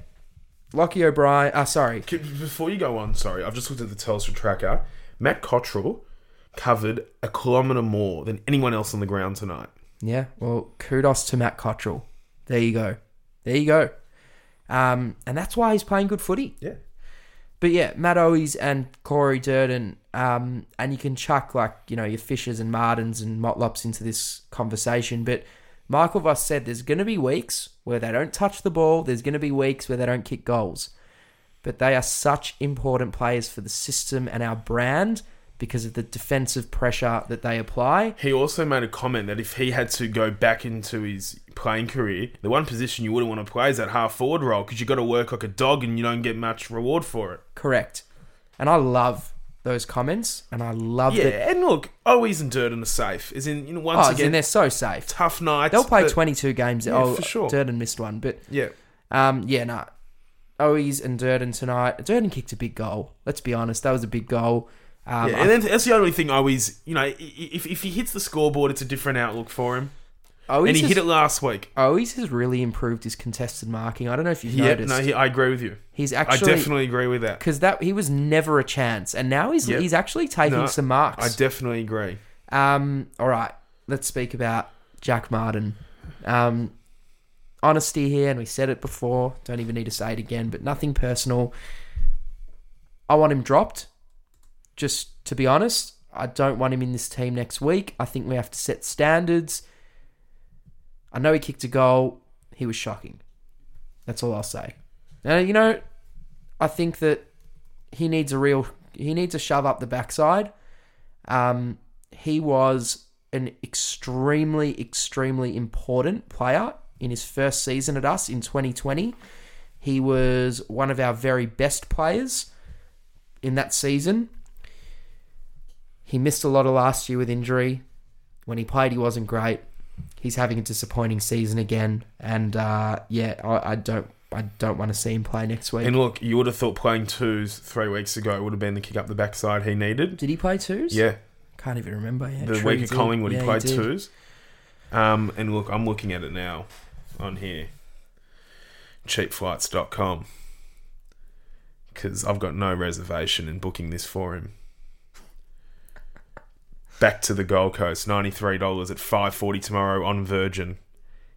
Lockie O'Brien. Uh, sorry.
K- Before you go on, sorry, I've just looked at the Telstra tracker. Matt Cottrell covered a kilometre more than anyone else on the ground tonight.
Yeah. Well, kudos to Matt Cottrell. There you go. There you go. Um, and that's why he's playing good footy.
Yeah.
But yeah, Matt Owies and Corey Durden, um, and you can chuck like you know your Fishers and Martins and Motlops into this conversation. But Michael Voss said there's going to be weeks where they don't touch the ball. There's going to be weeks where they don't kick goals. But they are such important players for the system and our brand because of the defensive pressure that they apply.
He also made a comment that if he had to go back into his playing career, the one position you wouldn't want to play is that half forward role because you got to work like a dog and you don't get much reward for it.
Correct. And I love those comments, and I love
Yeah,
that.
and look, Owies and Durden are safe. Is in you know, once
Oh,
again
and they're so safe.
tough nights.
They'll play
but-
22 games.
Yeah,
oh,
for sure.
Durden missed one, but
Yeah,
Um, yeah, no. Owies and Durden tonight. Durden kicked a big goal. Let's be honest, that was a big goal. Um,
yeah,
I-
and then that's the only thing Owies. You know, i- i- if if he hits the scoreboard, it's a different outlook for him.
Owies,
and he
has,
hit it last week.
Owies has really improved his contested marking. I don't know if you've
Yeah,
noticed.
no, he, I agree with you.
he's
I
actually
definitely agree with that.
because that he was never a chance, and now he's
Yep.
he's actually taking
No,
some marks.
I definitely agree.
Um, all right, let's speak about Jack Martin. Um, honesty here, and we said it before. Don't even need to say it again, but nothing personal. I want him dropped. Just to be honest, I don't want him in this team next week. I think we have to set standards. I know he kicked a goal. He was shocking. That's all I'll say. Now you know, I think that he needs a real he needs a shove up the backside. Um, he was an extremely, extremely important player in his first season at us in 2020. He was one of our very best players in that season. He missed a lot of last year with injury. When he played, he wasn't great. He's having a disappointing season again, and uh, yeah, I, I don't, I don't want to see him play next week.
And look, you would have thought playing twos three weeks ago would have been the kick up the backside he needed.
Did he play twos?
Yeah,
can't even remember. Yeah,
the
true,
week
he
at
did.
Collingwood,
Yeah,
he played
did.
twos. Um, and look, I'm looking at it now on here, cheapflights.com, because I've got no reservation in booking this for him. Back to the Gold Coast, ninety-three dollars at five forty tomorrow on Virgin.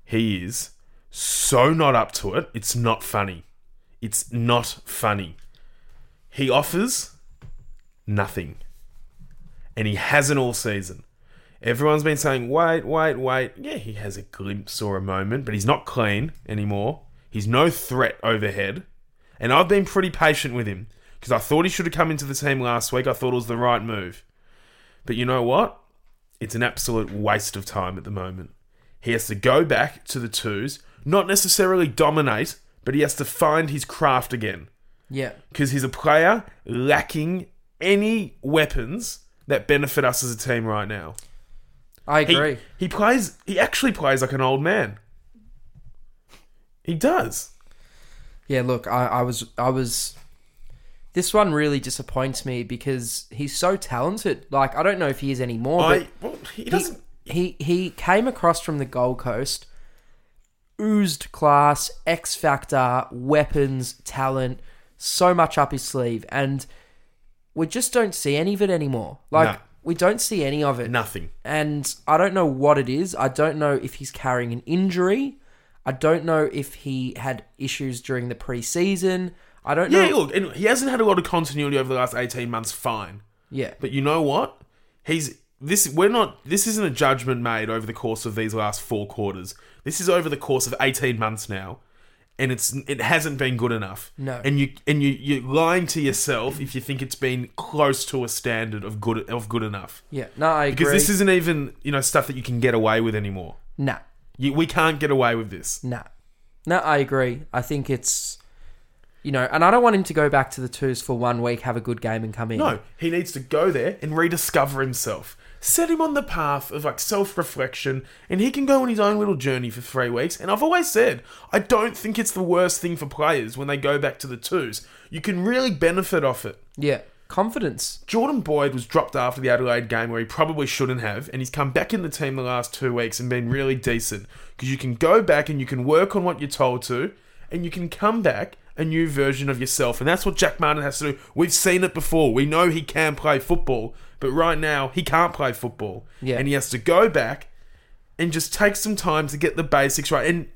He is so not up to it. It's not funny. It's not funny. He offers nothing and he hasn't all season. Everyone's been saying, wait, wait, wait. Yeah, he has a glimpse or a moment, but he's not clean anymore. He's no threat overhead. And I've been pretty patient with him because I thought he should have come into the team last week. I thought it was the right move. But you know what? It's an absolute waste of time at the moment. He has to go back to the twos, not necessarily dominate, but he has to find his craft again
Yeah,
because he's a player lacking any weapons that benefit us as a team right now.
I
He,
agree.
he plays. He actually plays like an old man. He does.
Yeah, look, I, I was, I was. This one really disappoints me because he's so talented. Like, I don't know if he is anymore.
I. Well, he
but
doesn't.
he, he he came across from the Gold Coast, oozed class, X factor, weapons, talent, so much up his sleeve, and we just don't see any of it anymore. Like,
No.
we don't see any of it.
nothing.
and I don't know what it is. I don't know if he's carrying an injury. I don't know if he had issues during the preseason. I don't
Yeah,
know.
look, and he hasn't had a lot of continuity over the last eighteen months. Fine,
Yeah,
but you know what? He's this. We're not. This isn't a judgment made over the course of these last four quarters. This is over the course of eighteen months now, and it's it hasn't been good enough.
No.
And you and you you're lying to yourself if you think it's been close to a standard of good of good enough.
yeah. No, I agree.
Because this isn't even you know stuff that you can get away with anymore.
nah,
You, we can't get away with this.
nah, no. I agree. I think it's you know, and I don't want him to go back to the twos for one week, have a good game, and come in.
No, he needs to go there and rediscover himself. Set him on the path of like self reflection, and he can go on his own little journey for three weeks. And I've always said, I don't think it's the worst thing for players when they go back to the twos. You can really benefit off it.
Yeah. confidence.
Jordan Boyd was dropped after the Adelaide game where he probably shouldn't have, and he's come back in the team the last two weeks and been really decent. Because you can go back and you can work on what you're told to, and you can come back a new version of yourself. And that's what Jack Martin has to do. We've seen it before. We know he can play football, but right now he can't play football.
Yeah.
And he has to go back and just take some time to get the basics right. And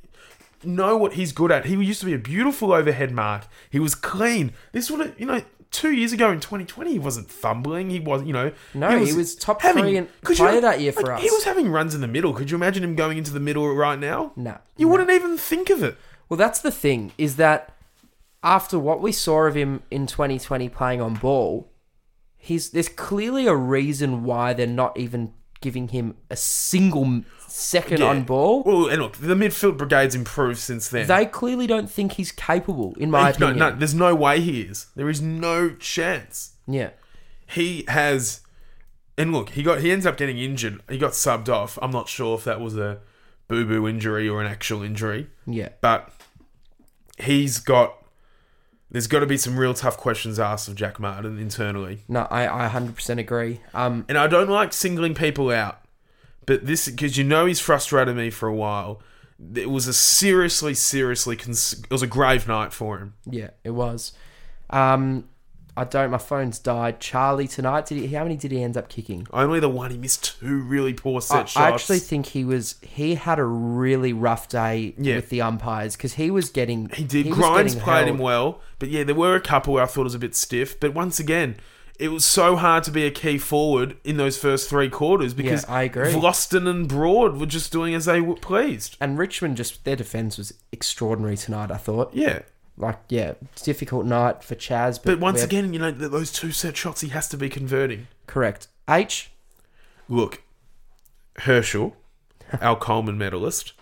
know what he's good at. He used to be a beautiful overhead mark. He was clean. This would have, you know, two years ago in 2020, he wasn't fumbling. He was, you know,
No, he was top three in-
could
player that year for
like,
us.
He was having runs in the middle. Could you imagine him going into the middle right now?
No.
you wouldn't even think of it.
Well, that's the thing is that after what we saw of him in 2020 playing on ball, he's there's clearly a reason why they're not even giving him a single m- second
Yeah.
on ball.
Well, and look, the midfield brigade's improved since then.
they clearly don't think he's capable, in my
no,
opinion.
no, there's no way he is. There is no chance.
Yeah.
he has and look he got he ends up getting injured he got subbed off i'm not sure if that was a boo-boo injury or an actual injury
Yeah.
but he's got there's got to be some real tough questions asked of jack martin internally
No, I, I 100% agree. Um,
and i don't like singling people out but this because you know he's frustrated me for a while it was a seriously seriously cons- it was a grave night for him
yeah, it was. Um, I don't. My phone's died. Charlie tonight. Did he? How many did he end up kicking?
only the one he missed two really poor set
I,
shots
I actually think he was. He had a really rough day
Yeah.
with the umpires because he was getting.
He did.
was
Grimes
getting
played him
held.
well, but yeah, there were a couple where I thought it was a bit stiff. But once again, it was so hard to be a key forward in those first three quarters because
I agree.
Vlosten and Broad were just doing as they were pleased.
And Richmond just their defense was extraordinary tonight. I thought.
Yeah,
Like yeah, difficult night for Chaz. But,
but once
we're-
again, you know th- those two set shots he has to be converting.
correct. H.
Look,
[laughs]
Herschel, our Coleman medalist.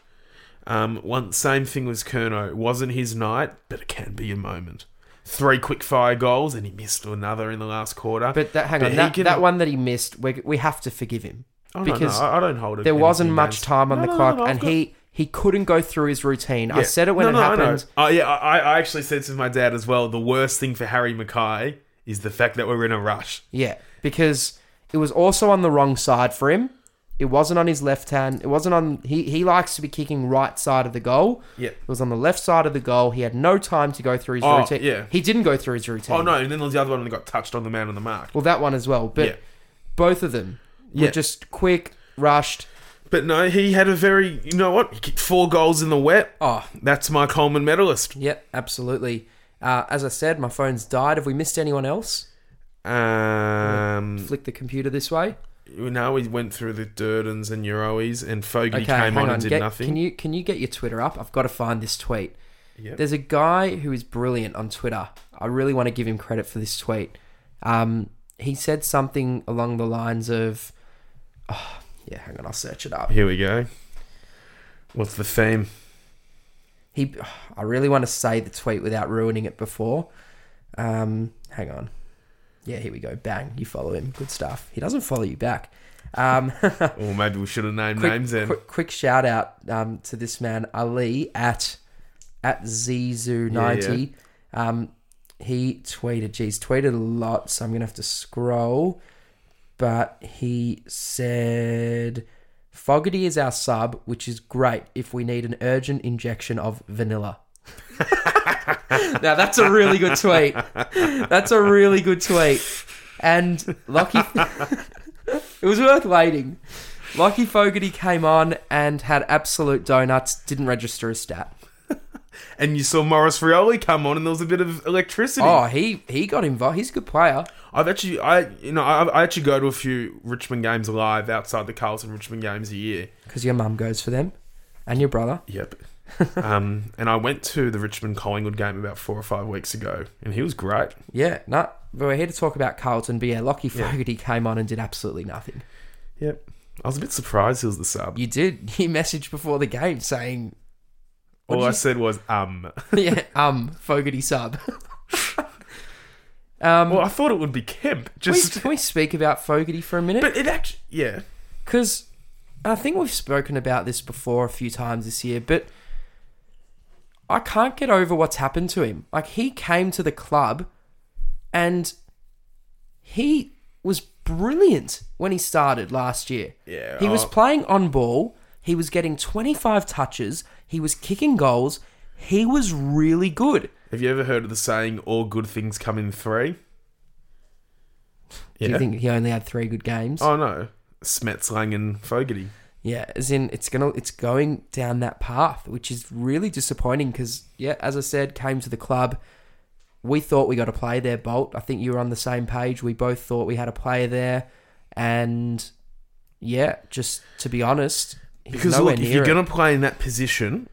Um, one same thing was Kerno. It wasn't his night, but it can be a moment. Three quick fire goals, and he missed another in the last quarter.
But that hang
But
on
he
that,
can-
that one that he missed. We we have to forgive him
Oh, no,
because
no, I I don't hold it.
there
anything
wasn't much
against-
time on
No,
the
no, no,
clock,
no, I've
and
got-
he he couldn't go through his routine. I
Yeah.
said it when
No,
it
no, I know.
happened.
Oh yeah, I, I actually said to my dad as well. The worst thing for Harry Mackay is the fact that we're in a rush.
Yeah, because it was also on the wrong side for him. It wasn't on his left hand. It wasn't on. He he likes to be kicking right side of the goal.
Yeah.
it was on the left side of the goal. He had no time to go through his
Oh,
routine.
yeah.
he didn't go through his routine.
Oh no, and then there was the other one that got touched on the man on the mark.
Well, that one as well. But
Yeah.
both of them
Yeah.
were just quick, rushed.
But no, he had a very. You know what? He kicked four goals in the wet.
Oh.
that's my Coleman medalist.
Yep, absolutely. Uh, as I said, my phone's died. Have we missed anyone else?
Um,
Flick the computer this way.
now we went through the Durdens and Euroes, and Fogarty
Okay,
came
hang
on,
on.
and did
Get-
nothing.
Can you can you get your Twitter up? I've got to find this tweet.
Yep.
There's a guy who is brilliant on Twitter. I really want to give him credit for this tweet. Um, he said something along the lines of, oh, "Yeah, hang on, I'll search it up."
Here we go. What's the theme?
He, I really want to say the tweet without ruining it before. Um, hang on. Yeah, here we go. Bang, you follow him. Good stuff. He doesn't follow you back. Um, [laughs]
Or maybe we should have named
quick,
names then.
Quick, quick shout out um, to this man Ali at at Zizu ninety. Um, he tweeted, geez, tweeted a lot, so I'm gonna have to scroll. But he said, "Fogarty is our sub, which is great if we need an urgent injection of vanilla." [laughs] now that's a really good tweet. That's a really good tweet. And lucky, [laughs] it was worth waiting. Lockie Fogarty came on and had absolute donuts, didn't register a stat.
and you saw Morris Rioli come on, and there was a bit of electricity.
Oh, he he got involved. He's a good player.
I've actually, I you know, I, I actually go to a few Richmond games live outside the Carlton Richmond games a year.
Because your mum goes for them and your brother.
Yep. [laughs] um, and I went to the Richmond Collingwood game about four or five weeks ago, and he was great.
Yeah, no. but we're here to talk about Carlton, but yeah, Lockie Fogarty came on and did absolutely nothing.
Yep. I was a bit surprised he was the sub.
You did. [laughs] You messaged before the game saying,
All I said was, um.
[laughs] yeah, um, Fogarty sub. um,
well, I thought it would be Kemp.
can, we,
Just,
can we speak about Fogarty for a minute?
but it actually, yeah.
Because I think we've spoken about this before a few times this year, but I can't get over what's happened to him. Like, he came to the club and he was brilliant when he started last year.
Yeah, oh.
He was
I-
playing on ball, he was getting 25 touches, he was kicking goals, he was really good.
Have you ever heard of the saying, all good things come in three?
Do
Yeah.
you think he only had 3 good games?
Oh, no. Smetzlang and Fogarty.
Yeah, as in it's gonna it's going down that path, which is really disappointing. Because yeah, as I said, came to the club, we thought we got a player there. Bolt, I think you were on the same page. We both thought we had a player there, and yeah, just to be honest, he's
Because,
nowhere
look, if
near
you're
it.
going to play in that position,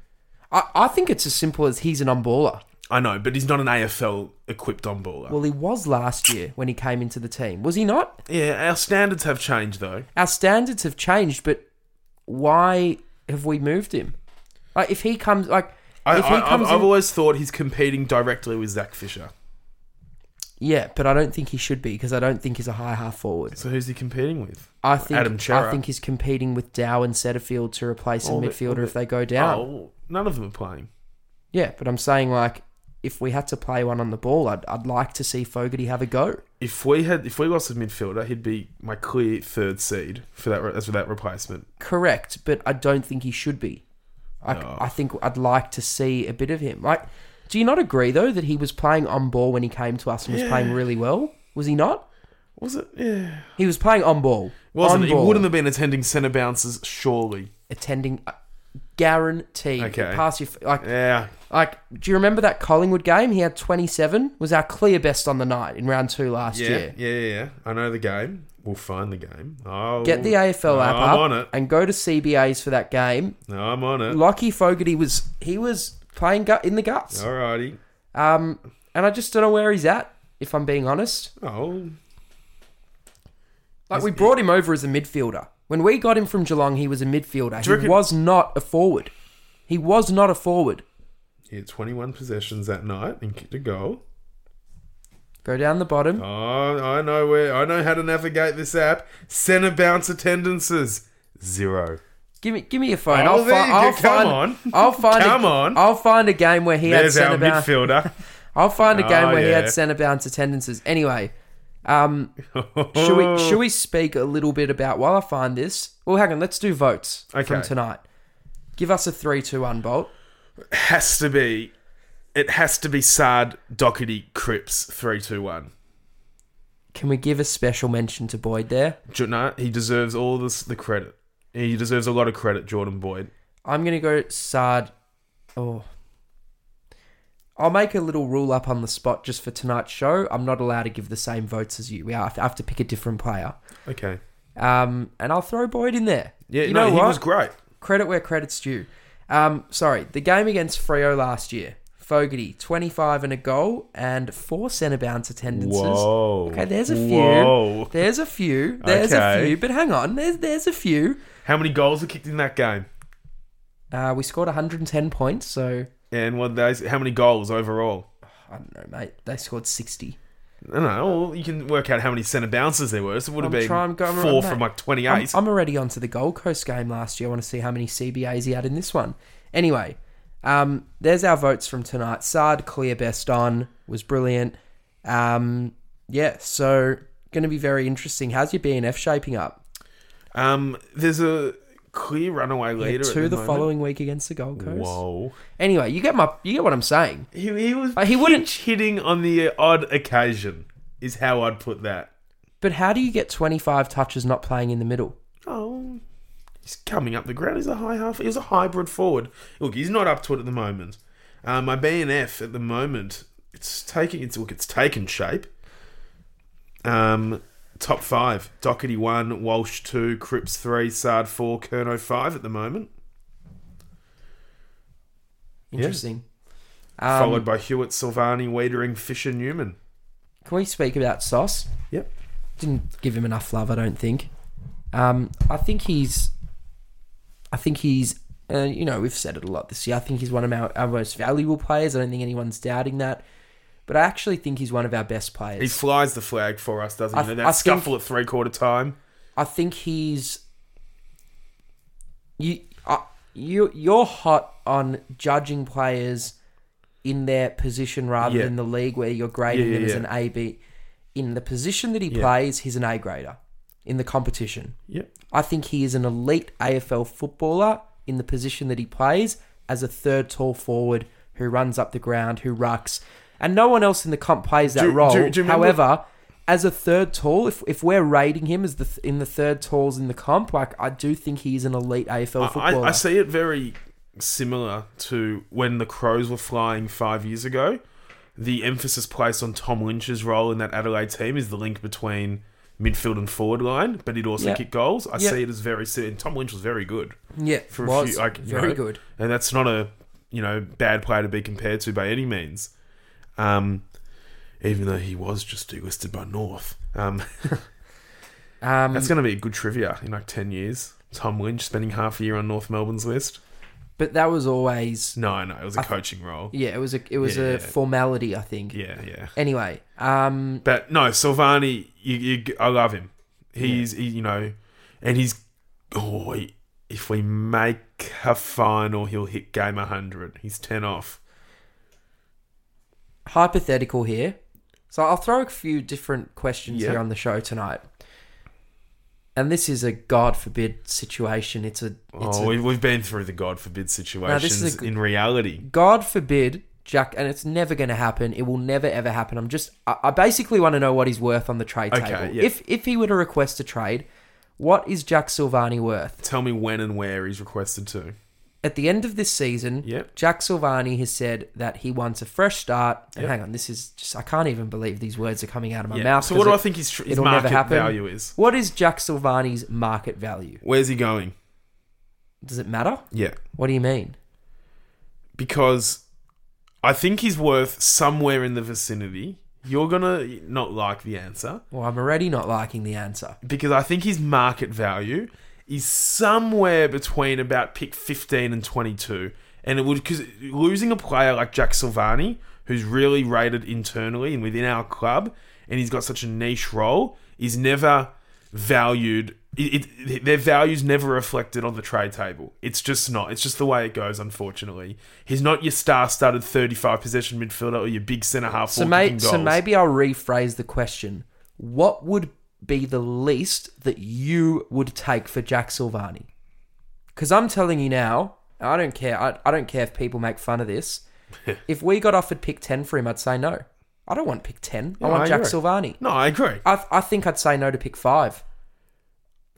I, I think it's as simple as he's an unballer.
I know, but he's not an AFL equipped on baller.
Well, he was last year when he came into the team, was he not?
yeah, our standards have changed, though.
our standards have changed, but why have we moved him? Like if he comes, like
I,
if he
I, I've,
comes,
I've
in-
always thought he's competing directly with Zach Fisher.
yeah, but I don't think he should be because I don't think he's a high half forward.
So who's he competing with?
I think
Adam Chera.
I think he's competing with Dow and Setterfield to replace a
All the-
midfielder
all
if
the-
they go down.
Oh, none of them are playing.
Yeah, but I'm saying like if we had to play one on the ball, I'd I'd like to see Fogarty have a go.
If we had, if we lost a midfielder, he'd be my clear third seed for that re- as for that replacement.
Correct, but I don't think he should be. I, I think I'd like to see a bit of him. Like, do you not agree though that he was playing on ball when he came to us and was playing really well? Was he not?
Was it? Yeah,
He was playing on ball.
wasn't.
on
He
ball,
wouldn't have been attending centre bounces, surely.
attending. Uh, guarantee.
Okay.
Pass your f- like
Yeah,
like. Do you remember that Collingwood game? He had twenty seven. Was our clear best on the night in round two last
yeah, yeah,
year.
yeah, yeah. I know the game. We'll find the game. Oh,
Get the AFL app
I'm
up
on it.
and go to CBAs for that game.
No, I'm on it.
Lockie Fogarty was he was playing gut in the guts.
Alrighty.
Um, and I just don't know where he's at. If I'm being honest,
Oh,
like we brought him over as a midfielder. When we got him from Geelong, he was a midfielder. He
you reckon-
was not a forward. He was not a forward.
he had 21 possessions that night and kicked a goal.
Go down the bottom.
Oh, I know where. I know how to navigate this app. Centre bounce attendances zero.
Give me, give me your phone.
Oh,
I'll,
there
fi-
you go.
I'll
Come
find.
on.
I'll find.
[laughs] Come
a,
on.
I'll find a game where he
There's
had
our
centre bounce. [laughs]
midfielder.
I'll find a game
Oh,
where he
yeah.
had centre bounce attendances. Anyway, um,
[laughs]
should we should we speak a little bit about while I find this? Well, hang on. Let's do votes
Okay.
from tonight. Give us a three-two-one bolt.
has to be. It has to be Sard, Doherty, Cripps, three, two, one.
Can we give a special mention to Boyd there?
Ju- No, he deserves all this the credit. He deserves a lot of credit, Jordan Boyd.
I'm gonna go Sard. Oh, I'll make a little rule up on the spot just for tonight's show. I'm not allowed to give the same votes as you. We have I have to pick a different player.
Okay.
Um, and I'll throw Boyd in there.
Yeah,
you
no,
know
he
what?
was great.
Credit where credit's due. Um, sorry, the game against Freo last year, Fogarty, 25 and a goal and four centre bounce attendances.
Whoa.
Okay, there's a few.
Whoa.
There's a few. There's
Okay.
a few. But hang on, there's there's a few.
How many goals were kicked in that game?
Uh, we scored 110 points, so
And what those? How many goals overall?
I don't know, mate. They scored 60.
I don't know. Well, you can work out how many centre bounces there were. So it would have
I'm
been
trying- I'm-
four
mate,
from like
I'm,
28.
I'm already onto the Gold Coast game last year. I want to see how many CBAs he had in this one. Anyway, um, there's our votes from tonight. Sard clear best on was brilliant. Um, yeah, so going to be very interesting. How's your BNF shaping up?
Um, there's a clear runaway leader.
to
at
the,
the, moment.
following week against the Gold Coast.
Whoa.
Anyway, you get my you get what I'm saying.
He, he was
Uh, he wouldn't-
pinch hitting on the odd occasion. Is how I'd put that.
But how do you get 25 touches not playing in the middle?
Oh, he's coming up the ground. He's a high half. He's a hybrid forward. Look, he's not up to it at the moment. Uh, my BNF at the moment, it's taking it's look, it's taken shape. Um, top five: Doherty one, Walsh two, Cripps three, Sard four, Kerno five at the moment,
Interesting. Um,
followed by Hewitt, Silvani, Wiedering, Fisher, Newman.
Can we speak about Sauce?
Yep.
didn't give him enough love. I don't think. Um, I think he's. I think he's. Uh, you know, we've said it a lot this year. I think he's one of our, our most valuable players. I don't think anyone's doubting that. But I actually think he's one of our best players.
He flies the flag for us, doesn't
I
he?
th-
that
I think-
scuffle at three quarter time.
I think he's. You, uh, you, you're hot on judging players in their position rather
Yeah.
than the league where you're grading
Yeah, yeah,
them as
yeah.
an A B. in the position that he plays, he's an A grader in the competition.
Yep.
I think he is an elite AFL footballer in the position that he plays as a third tall forward who runs up the ground, who rucks. And no one else in the comp plays that
Do-
role.
do- do you remember-
However, as a third tall, if, if we're rating him as the th- in the third talls in the comp, like I do think he is an elite AFL
I,
footballer.
I see it very similar to when the Crows were flying five years ago. The emphasis placed on Tom Lynch's role in that Adelaide team is the link between midfield and forward line, but he'd also
Yeah.
kick goals. I
Yeah.
see it as very similar. And Tom Lynch was very good.
yeah,
For
was
a few, like, you
very
know,
good.
And that's not a you know bad player to be compared to by any means. Um, even though he was just delisted by North. Um,
[laughs] Um,
that's going to be good trivia in like ten years. Tom Lynch spending half a year on North Melbourne's list.
but that was always
No, I know it was a coaching role.
yeah. It was a it was
Yeah,
a
yeah.
formality, I think.
Yeah, yeah.
Anyway, um,
But no, Silvani, you, you, I love him. He's, he, you know, and he's, oh, he- if we make a final, he'll hit game 100. He's 10 off.
hypothetical here. So I'll throw a few different questions
Yeah.
here on the show tonight. And this is a God forbid situation. It's a it's
oh,
a,
we, we've been through the God forbid situations
is a g-
in reality.
God forbid Jack, and it's never going to happen. It will never ever happen. I'm just I, I basically want to know what he's worth on the trade
Okay,
table.
yeah.
If if he were to request a trade, what is Jack Silvani worth?
Tell me when and where he's requested to.
at the end of this season,
Yep.
Jack Silvani has said that he wants a fresh start. And
Yep.
hang on, this is just, I can't even believe these words are coming out of my
Yeah.
mouth.
So what
'cause
do I
it-
think his, tr- his
it'll never
market
happen.
value is?
What is Jack Silvani's market value?
Where's he going?
Does it matter?
Yeah.
What do you mean?
because I think he's worth somewhere in the vicinity. You're gonna not like the answer
Well, I'm already not liking the answer.
because I think his market value is somewhere between about pick 15 and 22, and it would because losing a player like Jack Silvani, who's really rated internally and within our club, and he's got such a niche role, is never valued. It, it, their values never reflected on the trade table. It's just not. It's just the way it goes. Unfortunately, he's not your star-studded thirty-five possession midfielder or your big centre half.
So, may- so maybe I'll rephrase the question. What would be the least that you would take for Jack Silvani? Because I'm telling you now, I don't care. I, I don't care if people make fun
[laughs]
of this. if we got offered pick 10 for him, I'd say no. I don't want pick 10. I want
I
Jack
agree.
Silvani.
No, I agree.
I, I think I'd say no to pick five.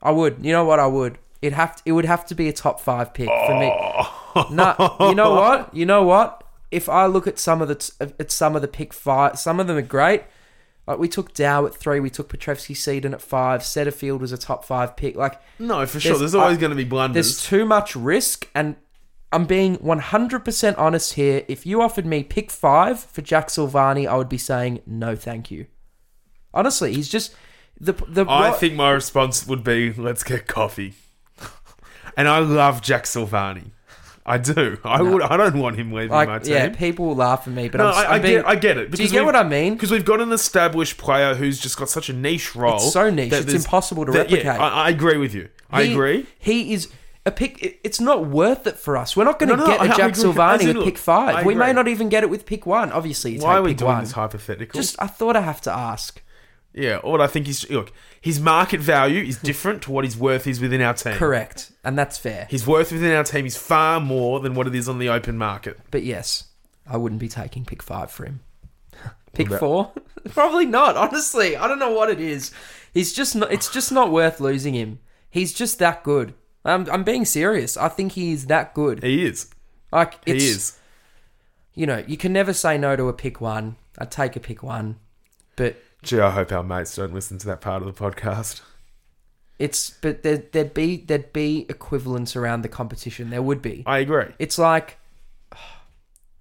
I would. You know what? I would. It have to, it would have to be a top five pick for
Oh.
me. No,
[laughs]
you know what? You know what? If I look at some of the t- at some of the pick five, some of them are great. Like we took Dow at three, we took Petrevsky Seaton at five. Setterfield was a top five pick. Like
No, for sure.
There's-
There's always
I-
going to be blunders.
there's too much risk, and I'm being 100% honest here. If you offered me pick five for Jack Silvani, I would be saying no, thank you. Honestly, he's just the the.
I
what-
think my response would be, let's get coffee. and I love Jack Silvani. I do. I would. I don't want him leaving my
like
team.
yeah, people will laugh at me, but
no,
I'm,
I,
am
I
being,
get. I get it.
Do you get what I mean?
Because we've got an established player who's just got such a niche role.
It's so niche,
that
it's
there's-
impossible to
that- yeah,
replicate.
I, I agree with you. I
He-
agree.
He is a pick. it- It's not worth it for us. We're not going to
No, no,
get
I-
a
I
Jack
agree. As
Silvani
in,
with
look,
pick five.
I
We may
agree.
not even get it with pick one. Obviously, you
Why
take
are we
pick
doing
one.
this hypothetical?
Just I thought I have to ask.
yeah. What I think is look, his market value is different to what his worth is within our team.
[laughs] Correct, and that's fair.
His worth within our team is far more than what it is on the open market.
But yes, I wouldn't be taking pick five for him. [laughs] Pick
about-
four? [laughs] Probably not. Honestly, I don't know what it is. He's just not. It's just not worth losing him. He's just that good. I'm, I'm being serious. I think he is that good.
He is.
Like
He
it's,
is.
You know, you can never say no to a pick one. I'd take a pick one, but
Gee, I hope our mates don't listen to that part of the podcast.
it's but there, there'd be there'd be equivalents around the competition. There would be.
I agree.
It's like [sighs]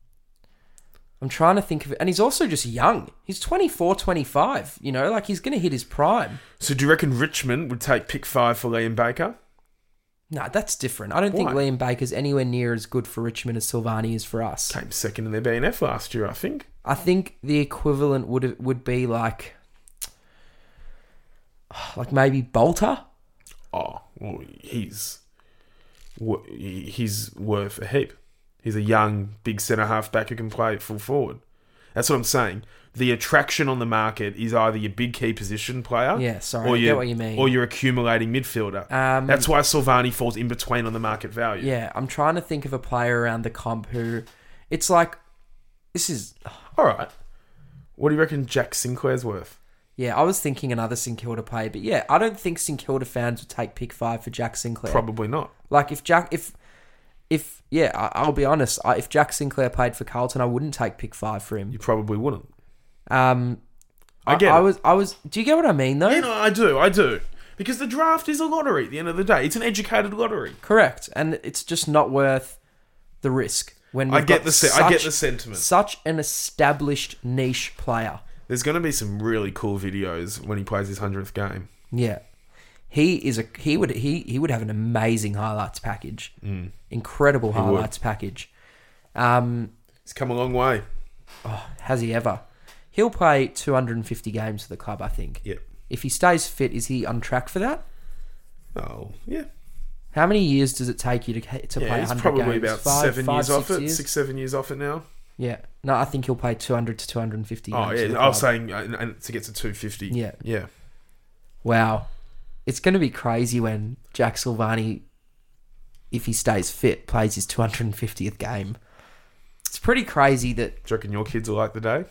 I'm trying to think of it. And he's also just young. He's 24, 25, you know, like he's going to hit his prime.
So do you reckon Richmond would take pick five for Liam Baker?
No, that's different. I don't think
Why?
Liam Baker's anywhere near as good for Richmond as Silvani is for us.
Came second in their BNF last year, I think.
I think the equivalent would would be like [sighs] like maybe Bolter.
Oh, well, he's wo- he's worth a heap. He's a young big centre half back who can play full forward. That's what I'm saying. The attraction on the market is either your big key position player,
Yeah, sorry, I get
your-
what you mean.
or your accumulating midfielder.
Um,
That's why Silvani falls in between on the market value.
Yeah, I'm trying to think of a player around the comp who, it's like, this is
All right. What do you reckon Jack Sinclair's worth?
yeah. I was thinking another St Kilda play, but yeah, I don't think St Kilda fans would take pick five for Jack Sinclair.
Probably not.
Like if Jack, if if yeah, I, I'll be honest. I, if Jack Sinclair played for Carlton, I wouldn't take pick five for him.
You probably wouldn't.
Um,
I get
I,
it.
was, I was. Do you get what I mean though?
You know, I do, I do. Because the draft is a lottery at the end of the day. It's an educated lottery.
Correct, and it's just not worth the risk. When
I
we've
get
got
the se- I get
such-
the sentiment.
Such an established niche player.
There's going to be some really cool videos when he plays his 100th game.
Yeah, he is a he would he he would have an amazing highlights package, mm. incredible highlights package. Um,
He's come a long way.
has he ever? He'll play 250 games for the club, I think.
Yeah.
If he stays fit, is he on track for that?
Oh, yeah.
How many years does it take you to to play
Yeah, he's
100
probably
games?
about
Five-
seven
five,
years off
six
it. Six, seven years off it now.
Yeah. No, I think he'll play 200 to 250 games.
Oh,
for the
yeah. I was
club.
saying uh, and- and to get to 250.
Yeah.
Yeah.
Wow. It's going to be crazy when Jack Silvani, if he stays fit, plays his 250th game. It's pretty crazy that
Do you reckon your kids will like the day?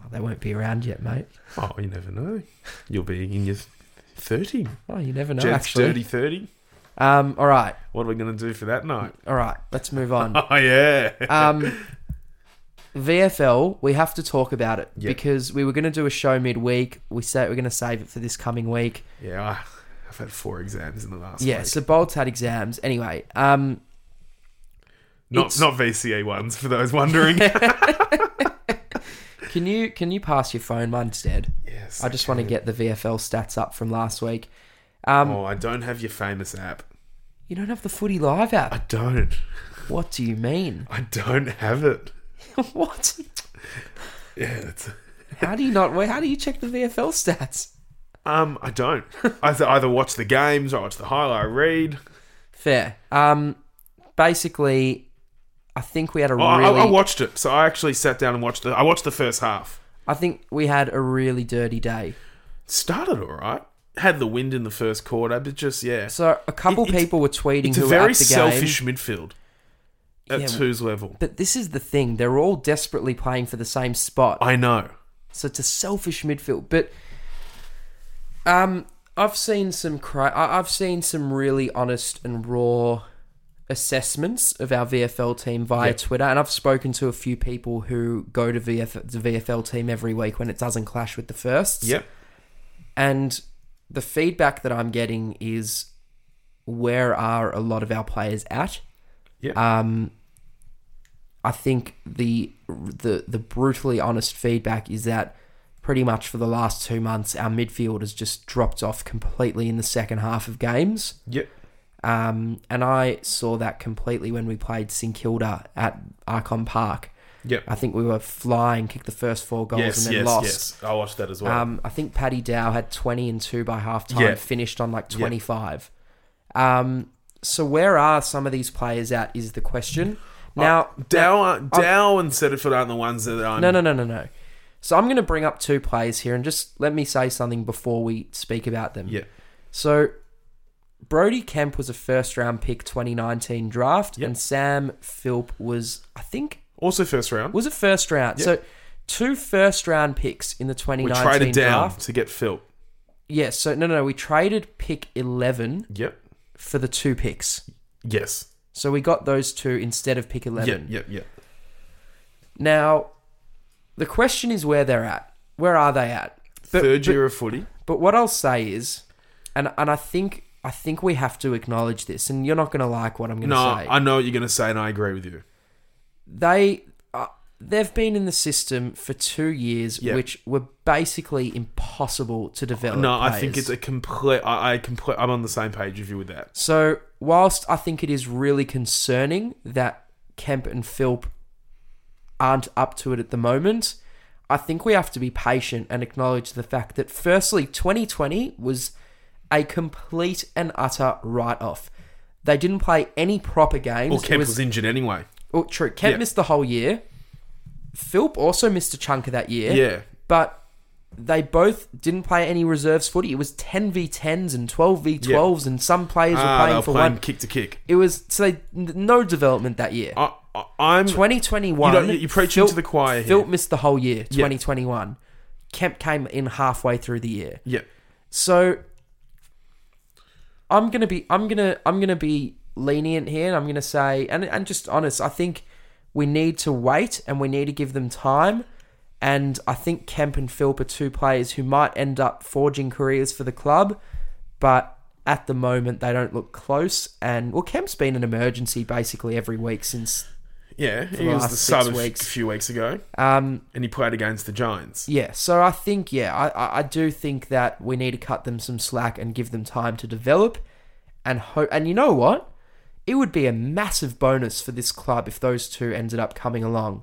oh, they won't be around yet, mate.
Oh, you never know. You'll be in your 30.
Oh, you never know,
Jets
actually.
dirty 30.
Um, all right.
What are we going to do for that night?
All right. Let's move on.
[laughs] Oh, yeah.
Um, VFL, we have to talk about it
Yeah.
because we were going to do a show midweek. We say we're going to save it for this coming week.
yeah, I, I've had four exams in the last
Yeah,
week.
so Bolts had exams. Anyway, um,
Not
It's-
not VCA ones for those
[laughs]
wondering.
can you can you pass your phone mine instead?
[laughs] yes.
I just want to get the VFL stats up from last week. Um,
Oh, I don't have your famous app.
You don't have the Footy Live
I
app.
don't.
What do you mean?
I don't have it.
[laughs] what?
Yeah, it's
How do you not? wait, How do you check the VFL stats?
um, I
[laughs]
don't. I th- either watch the games, or I watch the highlight, I read.
Fair. Um, basically, I think we had a
Oh, I-
really.
I, I watched it, so I actually sat down and watched the. I watched the first half.
I think we had a really dirty day.
Started all right. Had the wind in the first quarter, but just yeah.
So a couple
It- it's-
people were tweeting
it's a
who were
very
at the
selfish
game.
midfield at
Yeah,
two's level.
But this is the thing; they're all desperately playing for the same spot.
I know.
So it's a selfish midfield. But um, I've seen some cri- I- I've seen some really honest and raw assessments of our VFL team via Twitter, and I've spoken to a few people who go to VF- the VFL team every week when it doesn't clash with the firsts.
Yep.
And the feedback that I'm getting is where are a lot of our players at?
Yeah.
Um, I think the the the brutally honest feedback is that pretty much for the last two months our midfield has just dropped off completely in the second half of games.
Yep.
Um, and I saw that completely when we played St Kilda at Arcon Park.
Yep.
I think we were flying, kicked the first four goals
Yes.
and then
Yes.
lost.
Yes. I watched that as well.
Um, I think Paddy Dow had 20 and 2 by half time,
Yeah.
finished on like 25. Um, so where are some of these players at is the question. Now,
Uh, Dow, aren't- Dow and Setterfield aren't the ones that I'm.
no, no, no, no, no. So I'm going to bring up two players here and just let me say something before we speak about them.
Yeah.
So Brody Kemp was a first round pick 2019 draft
Yep.
and Sam Philp was, I think,
Also first round.
was a first round. So two first round picks in the 2019
we traded down
draft.
to get Phil.
Yes. so no, no, no, we traded pick 11
Yep.
for the two picks.
Yes.
So we got those two instead of pick 11.
Yep. Yep. Yep.
Now, the question is where they're at. Where are they at? But,
Third
but,
year of footy.
but what I'll say is, and and I think I think we have to acknowledge this, and you're not going to like what I'm going to
No,
say.
I know what you're going to say, and I agree with you.
They uh, they've been in the system for two years,
Yeah.
which were basically impossible to develop.
No, I think it's
players.
a complete. I, I complete. I'm on the same page with you with that.
So, whilst I think it is really concerning that Kemp and Philp aren't up to it at the moment, I think we have to be patient and acknowledge the fact that, firstly, 2020 was a complete and utter write off. They didn't play any proper games.
Well,
It
Kemp was, injured anyway.
Oh, true. Kemp
Yeah.
missed the whole year. Philp also missed a chunk of that year.
Yeah.
But they both didn't play any reserves footy. It was 10 v 10s and 12 v 12s, and some players were
Ah, they
playing
were
for
playing
one.
kick to kick.
It was so they, n- no development that year.
I, I, I'm
2021.
You don't- you're preaching
Phil-
to the choir here.
Phil missed the whole year. 2021. Kemp came in halfway through the year.
Yeah.
So I'm gonna be I'm gonna I'm gonna be lenient here and I'm gonna say and and just honest, I think we need to wait and we need to give them time. And I think Kemp and Philp are two players who might end up forging careers for the club, but at the moment they don't look close. And well, Kemp's been an emergency basically every week since
Yeah. He
the
was
last
the
six
sub a f-
weeks.
few weeks ago.
um,
and he played against the Giants.
Yeah, so I think yeah, I- I, I do think that we need to cut them some slack and give them time to develop, and hope. And you know what? It would be a massive bonus for this club if those two ended up coming along.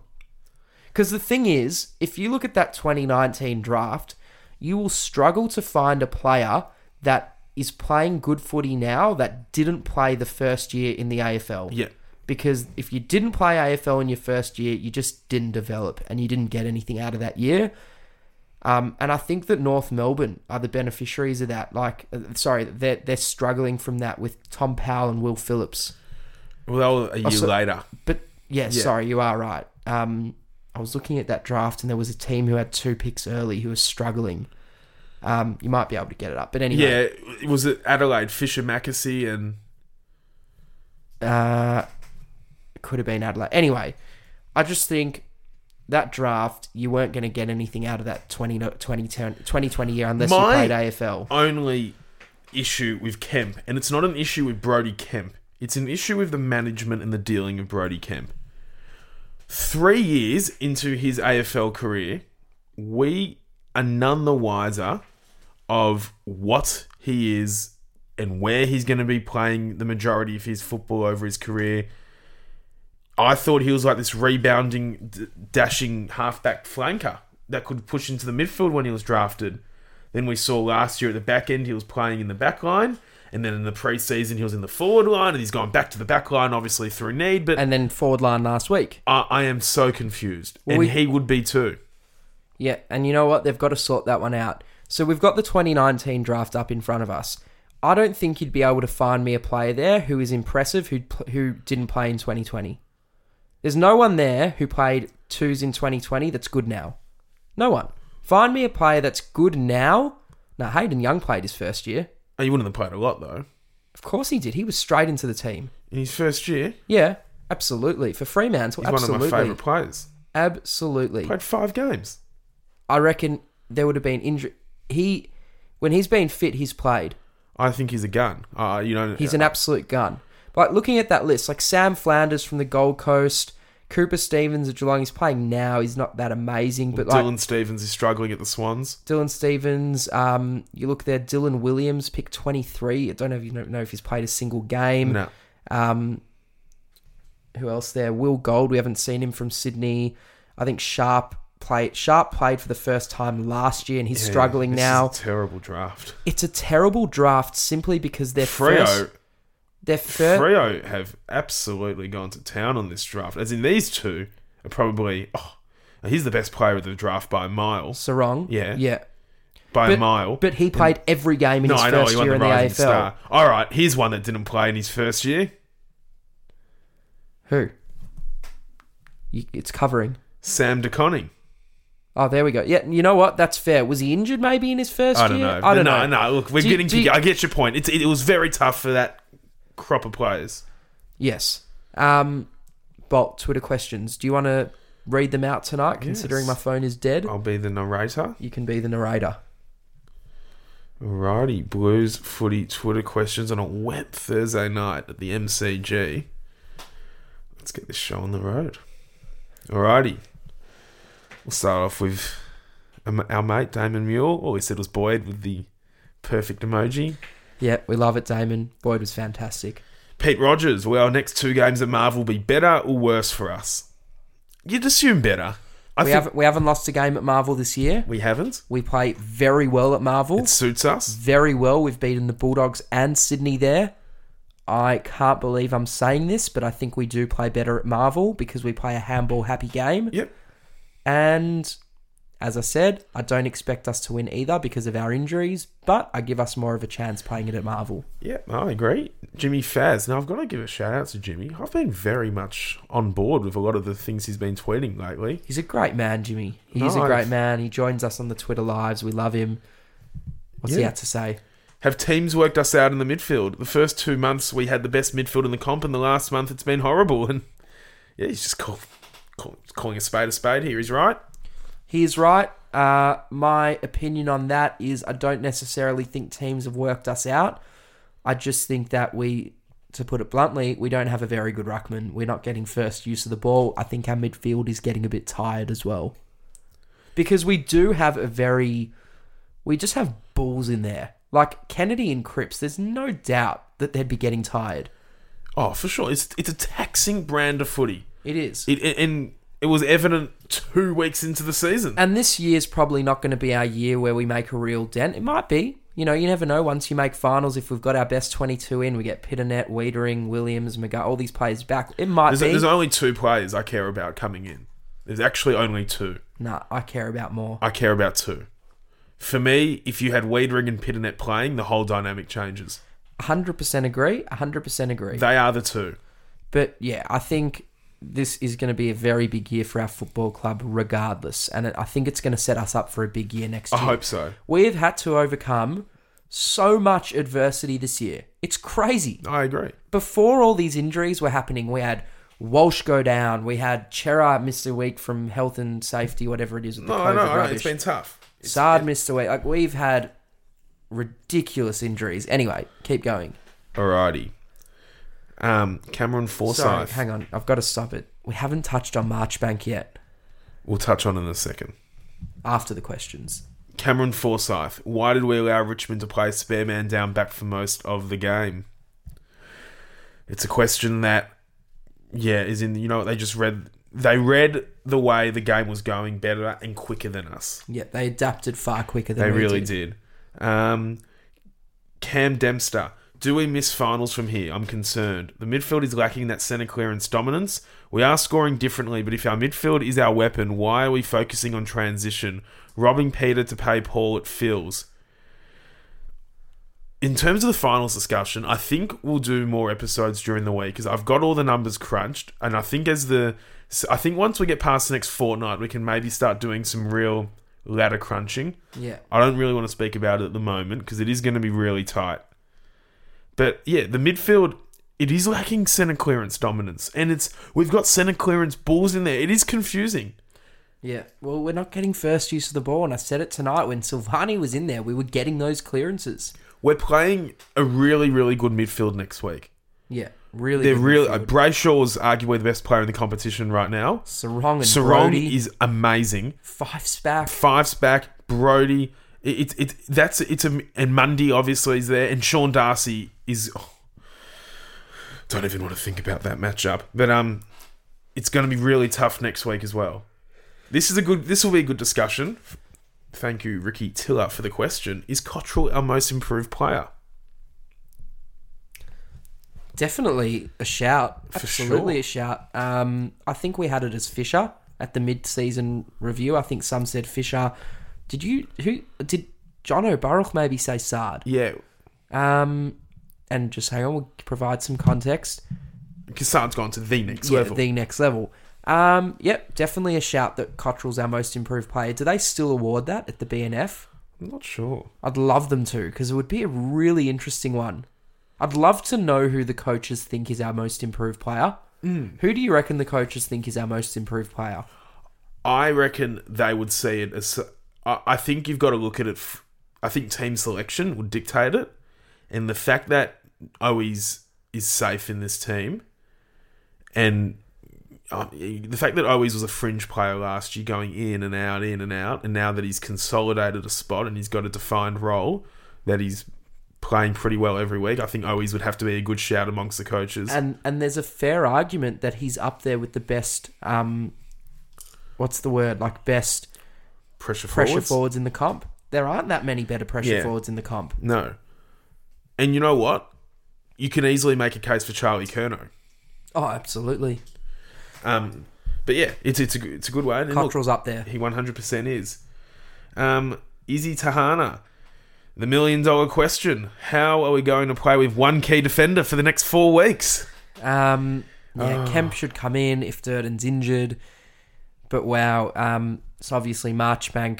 Because the thing is, if you look at that 2019 draft, you will struggle to find a player that is playing good footy now that didn't play the first year in the AFL.
Yeah.
Because if you didn't play AFL in your first year, you just didn't develop and you didn't get anything out of that year. Um, and I think that North Melbourne are the beneficiaries of that. Like, uh, sorry, they're, they're struggling from that with Tom Powell and Will Phillips.
Well, that was a year
Oh, so-
later.
But yeah, sorry, you are right. Um, I was looking at that draft, and there was a team who had two picks early who was struggling. Um, you might be able to get it up, but anyway,
Yeah, it was at Adelaide Fisher Mackesy and
uh, it could have been Adelaide. Anyway, I just think that draft you weren't going to get anything out of that 20, 2010 2020 year unless
My-
you played AFL.
only issue with Kemp, and it's not an issue with Brody Kemp. It's an issue with the management and the dealing of Brody Kemp. Three years into his AFL career, we are none the wiser of what he is and where he's going to be playing the majority of his football over his career. I thought he was like this rebounding, d- dashing halfback flanker that could push into the midfield when he was drafted. Then we saw last year at the back end he was playing in the back line, and then in the preseason he was in the forward line, and he's gone back to the back line obviously through need. But
And then forward line last week.
I, I am so confused, and
we-
he would be too.
Yeah, and you know what? They've got to sort that one out. So we've got the 2019 draft up in front of us. I don't think you'd be able to find me a player there who is impressive who who didn't play in 2020. There's no one there who played twos in 2020 that's good now. No one. Find me a player that's good now. Now Hayden Young played his first year.
Oh, He wouldn't have played a lot though
Of course he did. He was straight into the team.
in his first year.
Yeah, absolutely. For Fremantle,
He's one
absolutely,
of my favourite players.
absolutely.
Played five games.
I reckon there would have been injury. He, when he's been fit, he's played.
I think he's a gun. Uh, you know,
He's an absolute gun. But looking at that list, like Sam Flanders from the Gold Coast, Cooper Stevens of Geelong, he's playing now. He's not that amazing, but like
Dylan Stevens is struggling at the Swans.
Dylan Stevens, um, you look there, Dylan Williams, pick twenty three. I don't know if you don't know if he's played a single game.
No.
Um, who else there? Will Gold. We haven't seen him from Sydney. I think Sharp played. Sharp played for the first time last year, and he's struggling
This is
now.
a terrible draft.
it's a terrible draft simply because they're
Freo,
first. They're first.
Freo have absolutely gone to town on this draft. As in, these two are probably. Oh, he's the best player of the draft by a mile.
Sarong.
Yeah.
Yeah.
By a
But-
mile.
But he played every game in
no,
his
I know
first
he won
year
the
in the
Rising
AFL.
Star. All right, here's one that didn't play in his first year.
Who? You, it's covering.
Sam DeConning.
Oh, there we go. Yeah, you know what? That's fair. Was he injured maybe in his first
I don't
year?
know.
I don't
no,
know.
No, look, we're
Do you-
getting.
do you-
to, I get your point. It's, it, was very tough for that crop of players.
Yes. Um, Bolt, Twitter questions. Do you want to read them out tonight, considering
Yes. Oh.
my phone is dead?
I'll be the narrator.
You can be the narrator.
Alrighty, Blues footy Twitter questions on a wet Thursday night at the MCG. Let's get this show on the road. Alrighty, we'll start off with um, our mate Damon Mule. All he said was Boyd with the perfect emoji.
Yeah, we love it, Damon. Boyd was fantastic.
Pete Rogers, will our next two games at Marvel be better or worse for us? You'd assume better. I
We
think
haven't we haven't lost a game at Marvel this year.
we haven't.
We play very well at Marvel.
It suits us.
very well. We've beaten the Bulldogs and Sydney there. I can't believe I'm saying this, but I think we do play better at Marvel because we play a handball happy game.
Yep.
And as I said, I don't expect us to win either because of our injuries, but I give us more of a chance playing it at Marvel.
Yeah, I agree. Jimmy Faz. Now, I've got to give a shout out to Jimmy. I've been very much on board with a lot of the things he's been tweeting lately.
He's a great man, Jimmy. He is a
Nice.
great man. He joins us on the Twitter lives. We love him. What's he
Yeah.
had to say?
Have teams worked us out in the midfield? The first two months we had the best midfield in the comp, and the last month it's been horrible. And yeah, he's just call, call, calling a spade a spade here. He's right.
He is right. Uh, my opinion on that is I don't necessarily think teams have worked us out. I just think that we, to put it bluntly, we don't have a very good ruckman. We're not getting first use of the ball. I think our midfield is getting a bit tired as well. Because we do have a very. We just have balls in there. Like Kennedy and Cripps, there's no doubt that they'd be getting tired.
Oh, for sure. It's it's a taxing brand of footy.
It is.
It, it and it was evident two weeks into the season.
And this year's probably not going to be our year where we make a real dent. It might be. You know, you never know. Once you make finals, if we've got our best 22 in, we get Pitternet, Wiedering, Williams, McGar, all these players back. It might
There's,
be.
there's only two players I care about coming in. There's actually only two.
nah, I care about more.
I care about two. For me, if you had Weedring and Pitternet playing, the whole dynamic changes.
100% agree. 100% agree.
They are the two.
But yeah, I think this is going to be a very big year for our football club, regardless. And I think it's going to set us up for a big year next
I
year.
hope so.
We've had to overcome so much adversity this year. It's crazy.
I agree.
before all these injuries were happening, we had Walsh go down, we had Chera miss a week from health and safety, whatever it is with the
No, Oh, I
COVID
know. I know.
rubbish.
It's been tough. It's-
Sard missed a week. Like we've had ridiculous injuries. Anyway, keep going.
Alrighty. Um, Cameron
Sorry,
Forsyth.
hang on. I've got to stop it. We haven't touched on Marchbank yet.
We'll touch on in a second.
After the questions,
Cameron Forsyth. Why did we allow Richmond to play spare man down back for most of the game? It's a question that, yeah, is in. You know, what they just read. They read the way the game was going better and quicker than us.
yeah, they adapted far quicker than
They
we
really
did.
did. Um, Cam Dempster. Do we miss finals from here? I'm concerned. The midfield is lacking that centre clearance dominance. We are scoring differently, but if our midfield is our weapon, why are we focusing on transition? Robbing Peter to pay Paul, it feels. In terms of the finals discussion, I think we'll do more episodes during the week because I've got all the numbers crunched, and I think as the, I think once we get past the next fortnight, we can maybe start doing some real ladder crunching.
Yeah,
I don't really want to speak about it at the moment because it is going to be really tight. But yeah, the midfield it is lacking center clearance dominance, and it's we've got center clearance balls in there. It is confusing.
yeah. Well, we're not getting first use of the ball, and I said it tonight when Silvani was in there. We were getting those clearances.
We're playing a really really good midfield next week.
Yeah, really.
They're
good
really uh,
midfield.
Brayshaw's arguably the best player in the competition right now.
Sarong and
Sarong
Brody.
is amazing.
five spack.
Fives back, Brody. It's it, it, that's it's a and Mundy obviously is there, and Sean Darcy is. [sighs] oh, don't even want to think about that matchup, but um, it's going to be really tough next week as well. This is a good. This will be a good discussion. Thank you, Ricky Tiller, for the question. Is Cottrell our most improved player?
Definitely a shout.
sure.
Absolutely a shout. Um, I think we had it as Fisher at the mid-season review. I think some said Fisher. Did you who did John O'Burrough maybe say Sard?
Yeah,
Um, and just hang on, we'll provide some context.
Cassard's gone to the next
Yeah,
level.
the next level. Um, yep, definitely a shout that Cottrell's our most improved player. Do they still award that at the BNF?
I'm not sure.
I'd love them to because it would be a really interesting one. I'd love to know who the coaches think is our most improved player.
Mm.
Who do you reckon the coaches think is our most improved player?
I reckon they would see it as. I I think you've got to look at it. f- I think team selection would dictate it, and the fact that Owies is safe in this team, and uh, the fact that Owies was a fringe player last year, going in and out, in and out, and now that he's consolidated a spot and he's got a defined role, that he's playing pretty well every week. I think Owies would have to be a good shout amongst the coaches.
And and there's a fair argument that he's up there with the best. Um, what's the word? Like best
pressure
pressure
forwards.
forwards, in the comp. There aren't that many better pressure
Yeah.
forwards in the comp.
No. And you know what? You can easily make a case for Charlie Kerno.
Oh, absolutely.
Um, But yeah, it's it's a good- it's a good one. And look,
Cottrell's up there.
he 100% is. Um, Izzy Tahana, the million dollar question. How are we going to play with one key defender for the next four weeks?
Um, yeah,
Ah.
Kemp should come in if Durden's injured. But wow, um, it's obviously Marchbank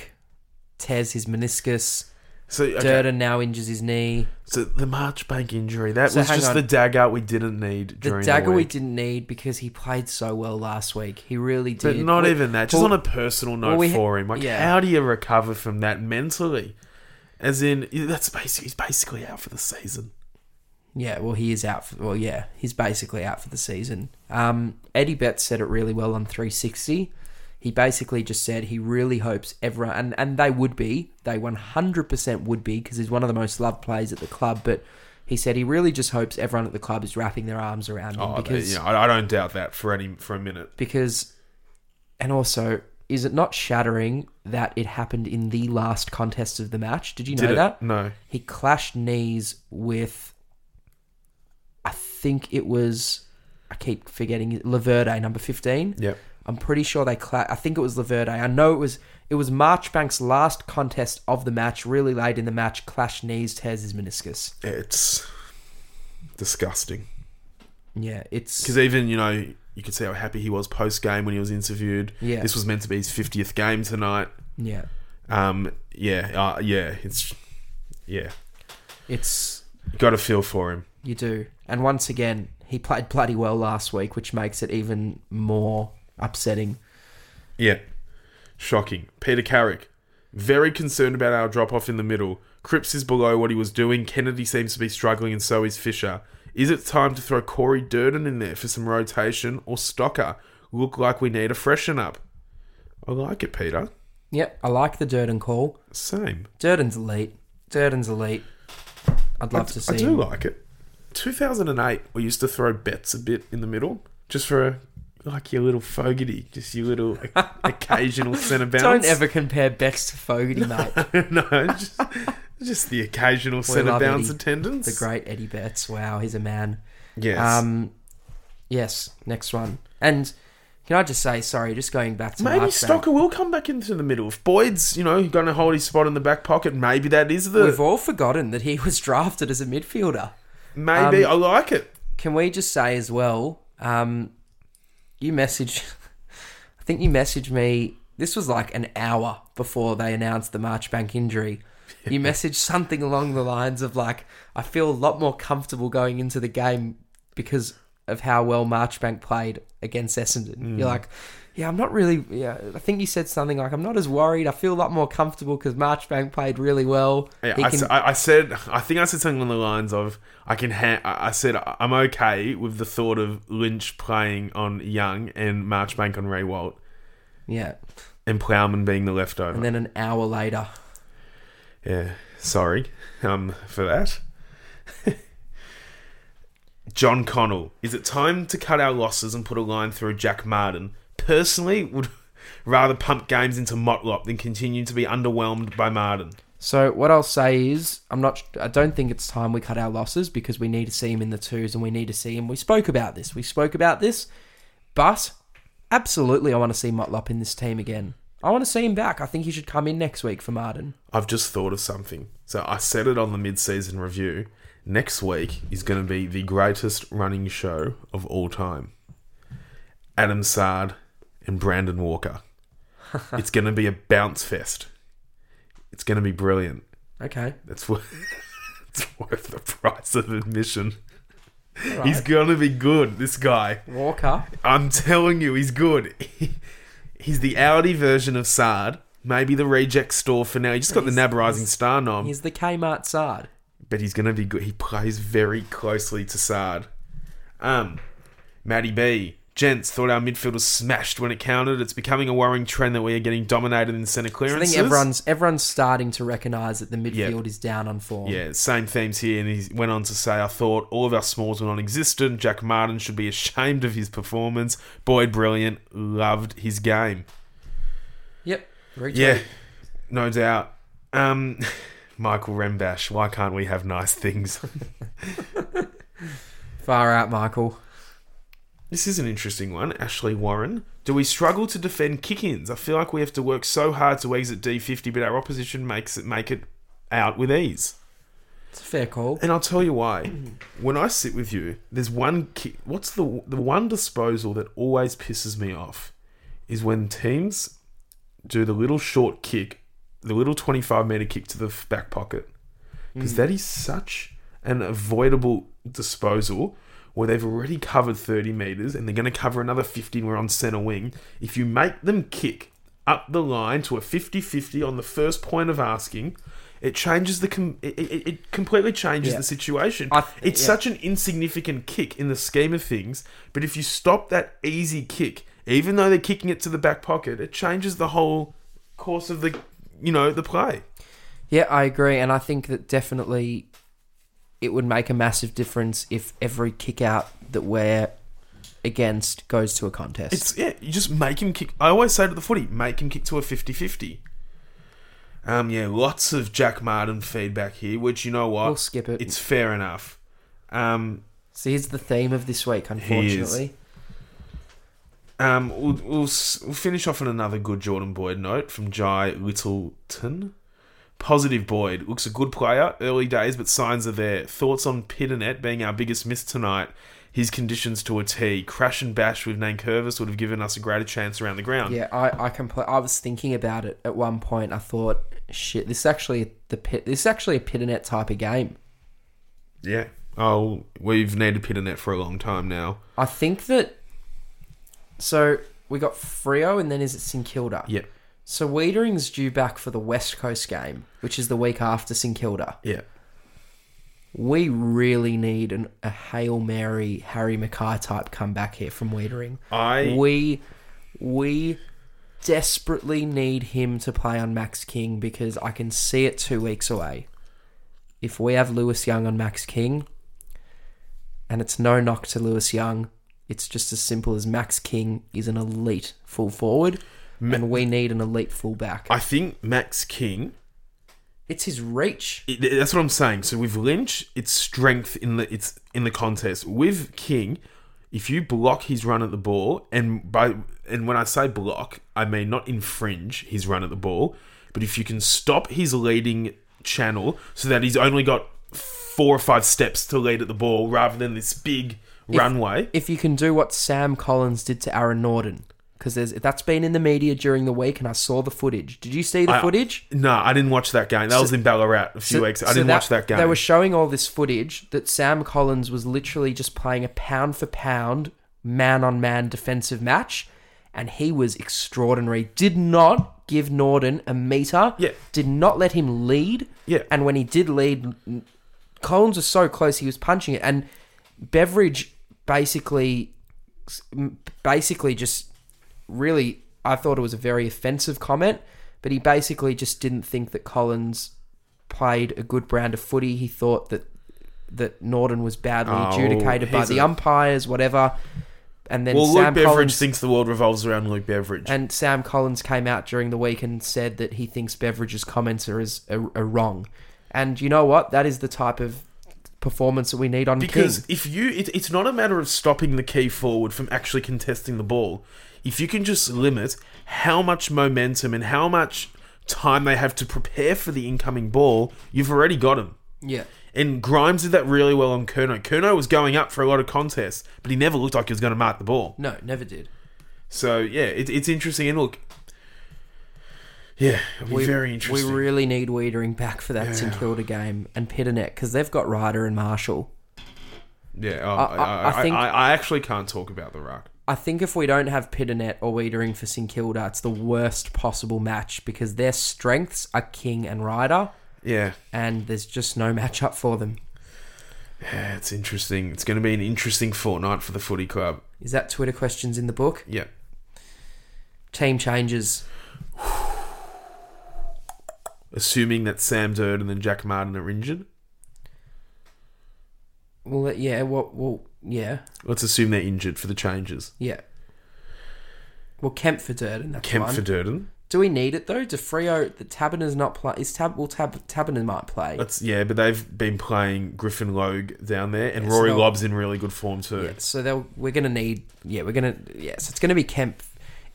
tears his meniscus.
So, okay,
Durden now injures his knee.
so the Marchbank injury, that
So
was
hang
just
on.
the dagger we didn't need
The
during
dagger
the
we
week.
didn't need because he played so well last week. He really
But
did.
not
We-
even that, just
well,
on a personal note
well, we-
for him. Like,
yeah.
how do you recover from that mentally? As in, that's basically, he's basically out for the season.
Yeah, well, he is out. For, well, yeah, he's basically out for the season. Um, Eddie Betts said it really well on 360. He basically just said he really hopes everyone, and, and they would be, they 100% would be, because he's one of the most loved players at the club. But he said he really just hopes everyone at the club is wrapping their arms around him
Oh,
because,
yeah, I I don't doubt that for any for a minute.
because, and also, is it not shattering that it happened in the last contest of the match? Did you know
Did it?
that?
No.
He clashed knees with, I think it was, I keep forgetting, it, Laverde, number 15.
Yep.
I'm pretty sure they clashed, I think it was Laverde. I know it was, it was Marchbank's last contest of the match, really late in the match, clashed knees, tears his meniscus.
It's disgusting.
Yeah, it's,
Because even, you know, you could see how happy he was post game when he was interviewed.
Yeah.
This was meant to be his 50th game tonight.
yeah,
Um, yeah, uh, yeah, it's, yeah.
it's,
Got a feel for him.
you do. And once again, he played bloody well last week, which makes it even more upsetting.
Yeah. Shocking. Peter Carrick. Very concerned about our drop off in the middle. Cripps is below what he was doing. Kennedy seems to be struggling, and so is Fisher. Is it time to throw Corey Durden in there for some rotation or Stocker? Look like we need a freshen up. I like it, Peter.
Yep, I like the Durden call.
Same.
Durden's elite. Durden's elite. I'd love to see.
I do
him.
like it. 2008, we used to throw bets a bit in the middle just for a, like your little fogarty, just your
[laughs]
little o- occasional centre bounce.
Don't ever compare Bex to
[laughs]
Fogarty, mate.
no, just, just the occasional centre
love
bounce
Eddie.
attendance.
The great Eddie Betts. Wow, he's a man.
Yes.
Um, yes. Next one. And can I just say, sorry, just going back to
maybe
Marchbank,
Stocker will come back into the middle. If Boyd's, you know, going to hold his spot in the back pocket, maybe that is
We've
the.
all forgotten that he was [laughs] drafted as a midfielder.
Maybe.
um,
I like it.
Can we just say as well? Um, you messaged. [laughs] I think you messaged me. This was like an hour before they announced the Marchbank injury.
[laughs]
You messaged something along the lines of like, "I feel a lot more comfortable going into the game because of how well Marchbank played against Essendon."
Hmm.
You're like, "Yeah, I'm not really." Yeah, I think you said something like, "I'm not as worried. I feel a lot more comfortable because Marchbank played really well."
Yeah,
He
I,
can-
s- I- I said, I think I said something on the lines of, I can. Ha- I I said "I- I'm okay with the thought of Lynch playing on Young and Marchbank on Ray Walt
yeah.
and Plowman being the leftover.
And then an hour later,
yeah, sorry, um, for that. [laughs] John Connell, is it time to cut our losses and put a line through Jack Martin? Personally, would [laughs] rather pump games into Motlop than continue to be underwhelmed by Martin.
So what I'll say is, I'm not. I don't think it's time we cut our losses because we need to see him in the twos and we need to see him. We spoke about this. We spoke about this, but absolutely, I want to see Motlop in this team again. I want to see him back. I think he should come in next week for Martin.
I've just thought of something. So I said it on the mid-season review. Next week is going to be the greatest running show of all time. Adam Sard and Brandon Walker. it's going to be a bounce fest. It's going to be brilliant.
Okay,
That's worth, [laughs] it's worth the price of admission. He's going to be good, this guy.
Walker.
I'm telling you, he's good. [laughs] he's the Audi version of Sard. Maybe the reject store for now. He just got the Nab Rising Star nom
He's the Kmart side.
but he's going to be good. He plays very closely to Sard. Um, Matty B. Gents thought our midfield was smashed when it counted. It's becoming a worrying trend that we are getting dominated in centre
I
clearances.
think everyone's everyone's starting to recognise that the midfield
Yeah.
is down on form.
Yeah, same themes here. And he went on to say, I thought all of our smalls were non existent. Jack Martin should be ashamed of his performance. Boyd Brilliant loved his game.
Yep. Very true.
Yeah, no doubt. Um, [laughs] Michael Rembash, why can't we have nice things?
Far out, Michael.
[laughs] This is an interesting one, Ashley Warren. Do we struggle to defend kick-ins? I feel like we have to work so hard to exit D50, but our opposition makes it make it out with ease.
It's a fair call.
And I'll tell you why. [clears throat] When I sit with you, there's one. Ki- what's the the one disposal that always pisses me off is when teams do the little short kick, the little 25 meter kick to the f- back pocket, because that is such an avoidable disposal where they've already covered 30 meters and they're going to cover another 50 and we're on center wing. If you make them kick up the line to a 50-50 on the first point of asking. It changes the com- it, it, it completely changes
Yeah.
the situation.
I th-
it's
yeah.
such such an insignificant kick in the scheme of things, but if you stop that easy kick, even though they're kicking it to the back pocket, it changes the whole course of the you know, the play.
Yeah, I agree, and I think that definitely it would make a massive difference if every kick out that we're against goes to a contest.
It's yeah, you just make him kick I always say to the footy, make him kick to a 50-50. Um yeah, lots of Jack Martin feedback here, which you know what?
We'll skip it.
It's fair enough. Um
so here's the theme of this week, unfortunately.
Um, we'll, we'll, s- we'll finish off on another good Jordan Boyd note from Jai Littleton. Positive Boyd. Looks a good player, early days, but signs are there. Thoughts on Pitternet being our biggest miss tonight? His conditions to a T. Crash and bash with Nankervis would have given us a greater chance around the ground.
Yeah, I I compl- I was thinking about it at one point. I thought, shit, this is actually the pit. This is actually a pit and net type of game.
Yeah. Oh, we've needed Pitternet for a long time now.
I think that. So we got Frio, and then is it St Kilda?
Yeah.
So Wiedering's due back for the West Coast game, which is the week after St Kilda.
Yeah.
We really need an, a Hail Mary Harry Mackay type comeback here from Wiedering.
I-
we we desperately need him to play on Max King because I can see it two weeks away. If we have Lewis Young on Max King, and it's no knock to Lewis Young, it's just as simple as Max King is an elite full forward, and we need an elite fullback.
I think Max King
it's his reach.
it, that's what I'm saying. So with Lynch, it's strength in the it's in the contest. With King, if you block his run at the ball, and by and when I say block, I mean not infringe his run at the ball, but if you can stop his leading channel so that he's only got four or five steps to lead at the ball rather than this big runway.
if you can do what Sam Collins did to Aaron Norton, because that's been in the media during the week, and I saw the footage. Did you see the
I-
footage?
No, I didn't watch that game. That was in Ballarat a few weeks. I didn't watch that game.
They were showing all this footage that Sam Collins was literally just playing a pound for pound, man on man defensive match, and he was extraordinary. Did not give Norton a meter.
Yeah.
Did not let him lead.
Yeah.
And when he did lead, Collins was so close he was punching it, and Beveridge basically, basically just really, I thought it was a very offensive comment, but he basically just didn't think that Collins played a good brand of footy. He thought that that Norton was badly
Oh,
adjudicated by
he's
the
a-
umpires, whatever. And then
well, Luke
Sam
Beveridge
Collins
thinks the world revolves around Luke Beveridge.
and Sam Collins came out during the week and said that he thinks Beveridge's comments are, is, are, are wrong. And you know what? That is the type of performance that we need on
Because
King.
if you, it, it's not a matter of stopping the key forward from actually contesting the ball. If you can just limit how much momentum and how much time they have to prepare for the incoming ball, you've already got them.
Yeah.
And Grimes did that really well on Kerno. Kerno was going up for a lot of contests, but he never looked like he was going to mark the ball.
No, never did.
So yeah, it, it's interesting. And look, yeah, it'll be very interesting.
We really need Wiedering back for that St Kilda game and Pitternet because they've got Ryder and Marshall.
yeah, oh,
I- I-
I, I,
I think-
I, I actually can't talk about the rock.
I think if we don't have Pitternet or Wiedering for St Kilda, it's the worst possible match because their strengths are King and Ryder,
Yeah,
and there's just no matchup for them.
yeah, it's interesting. It's going to be an interesting fortnight for the footy club.
Is that Twitter questions in the book?
Yeah.
Team changes.
Assuming that Sam Durden and Jack Martin are injured.
Well, yeah. What? Well, yeah,
Let's assume they're injured for the changes.
yeah. Well, Kemp for Durden. That's
Kemp
one.
for Durden.
Do we need it though? Do Frio the Taberner's not play? Is Tab well Tab Taberner might play?
That's yeah, but they've been playing Griffin Logue down there, and
Yeah, so
Rory
they'll-
Lobb's in really good form too.
Yeah, so they'll, we're gonna need. Yeah, we're gonna. Yeah, so it's gonna be Kemp.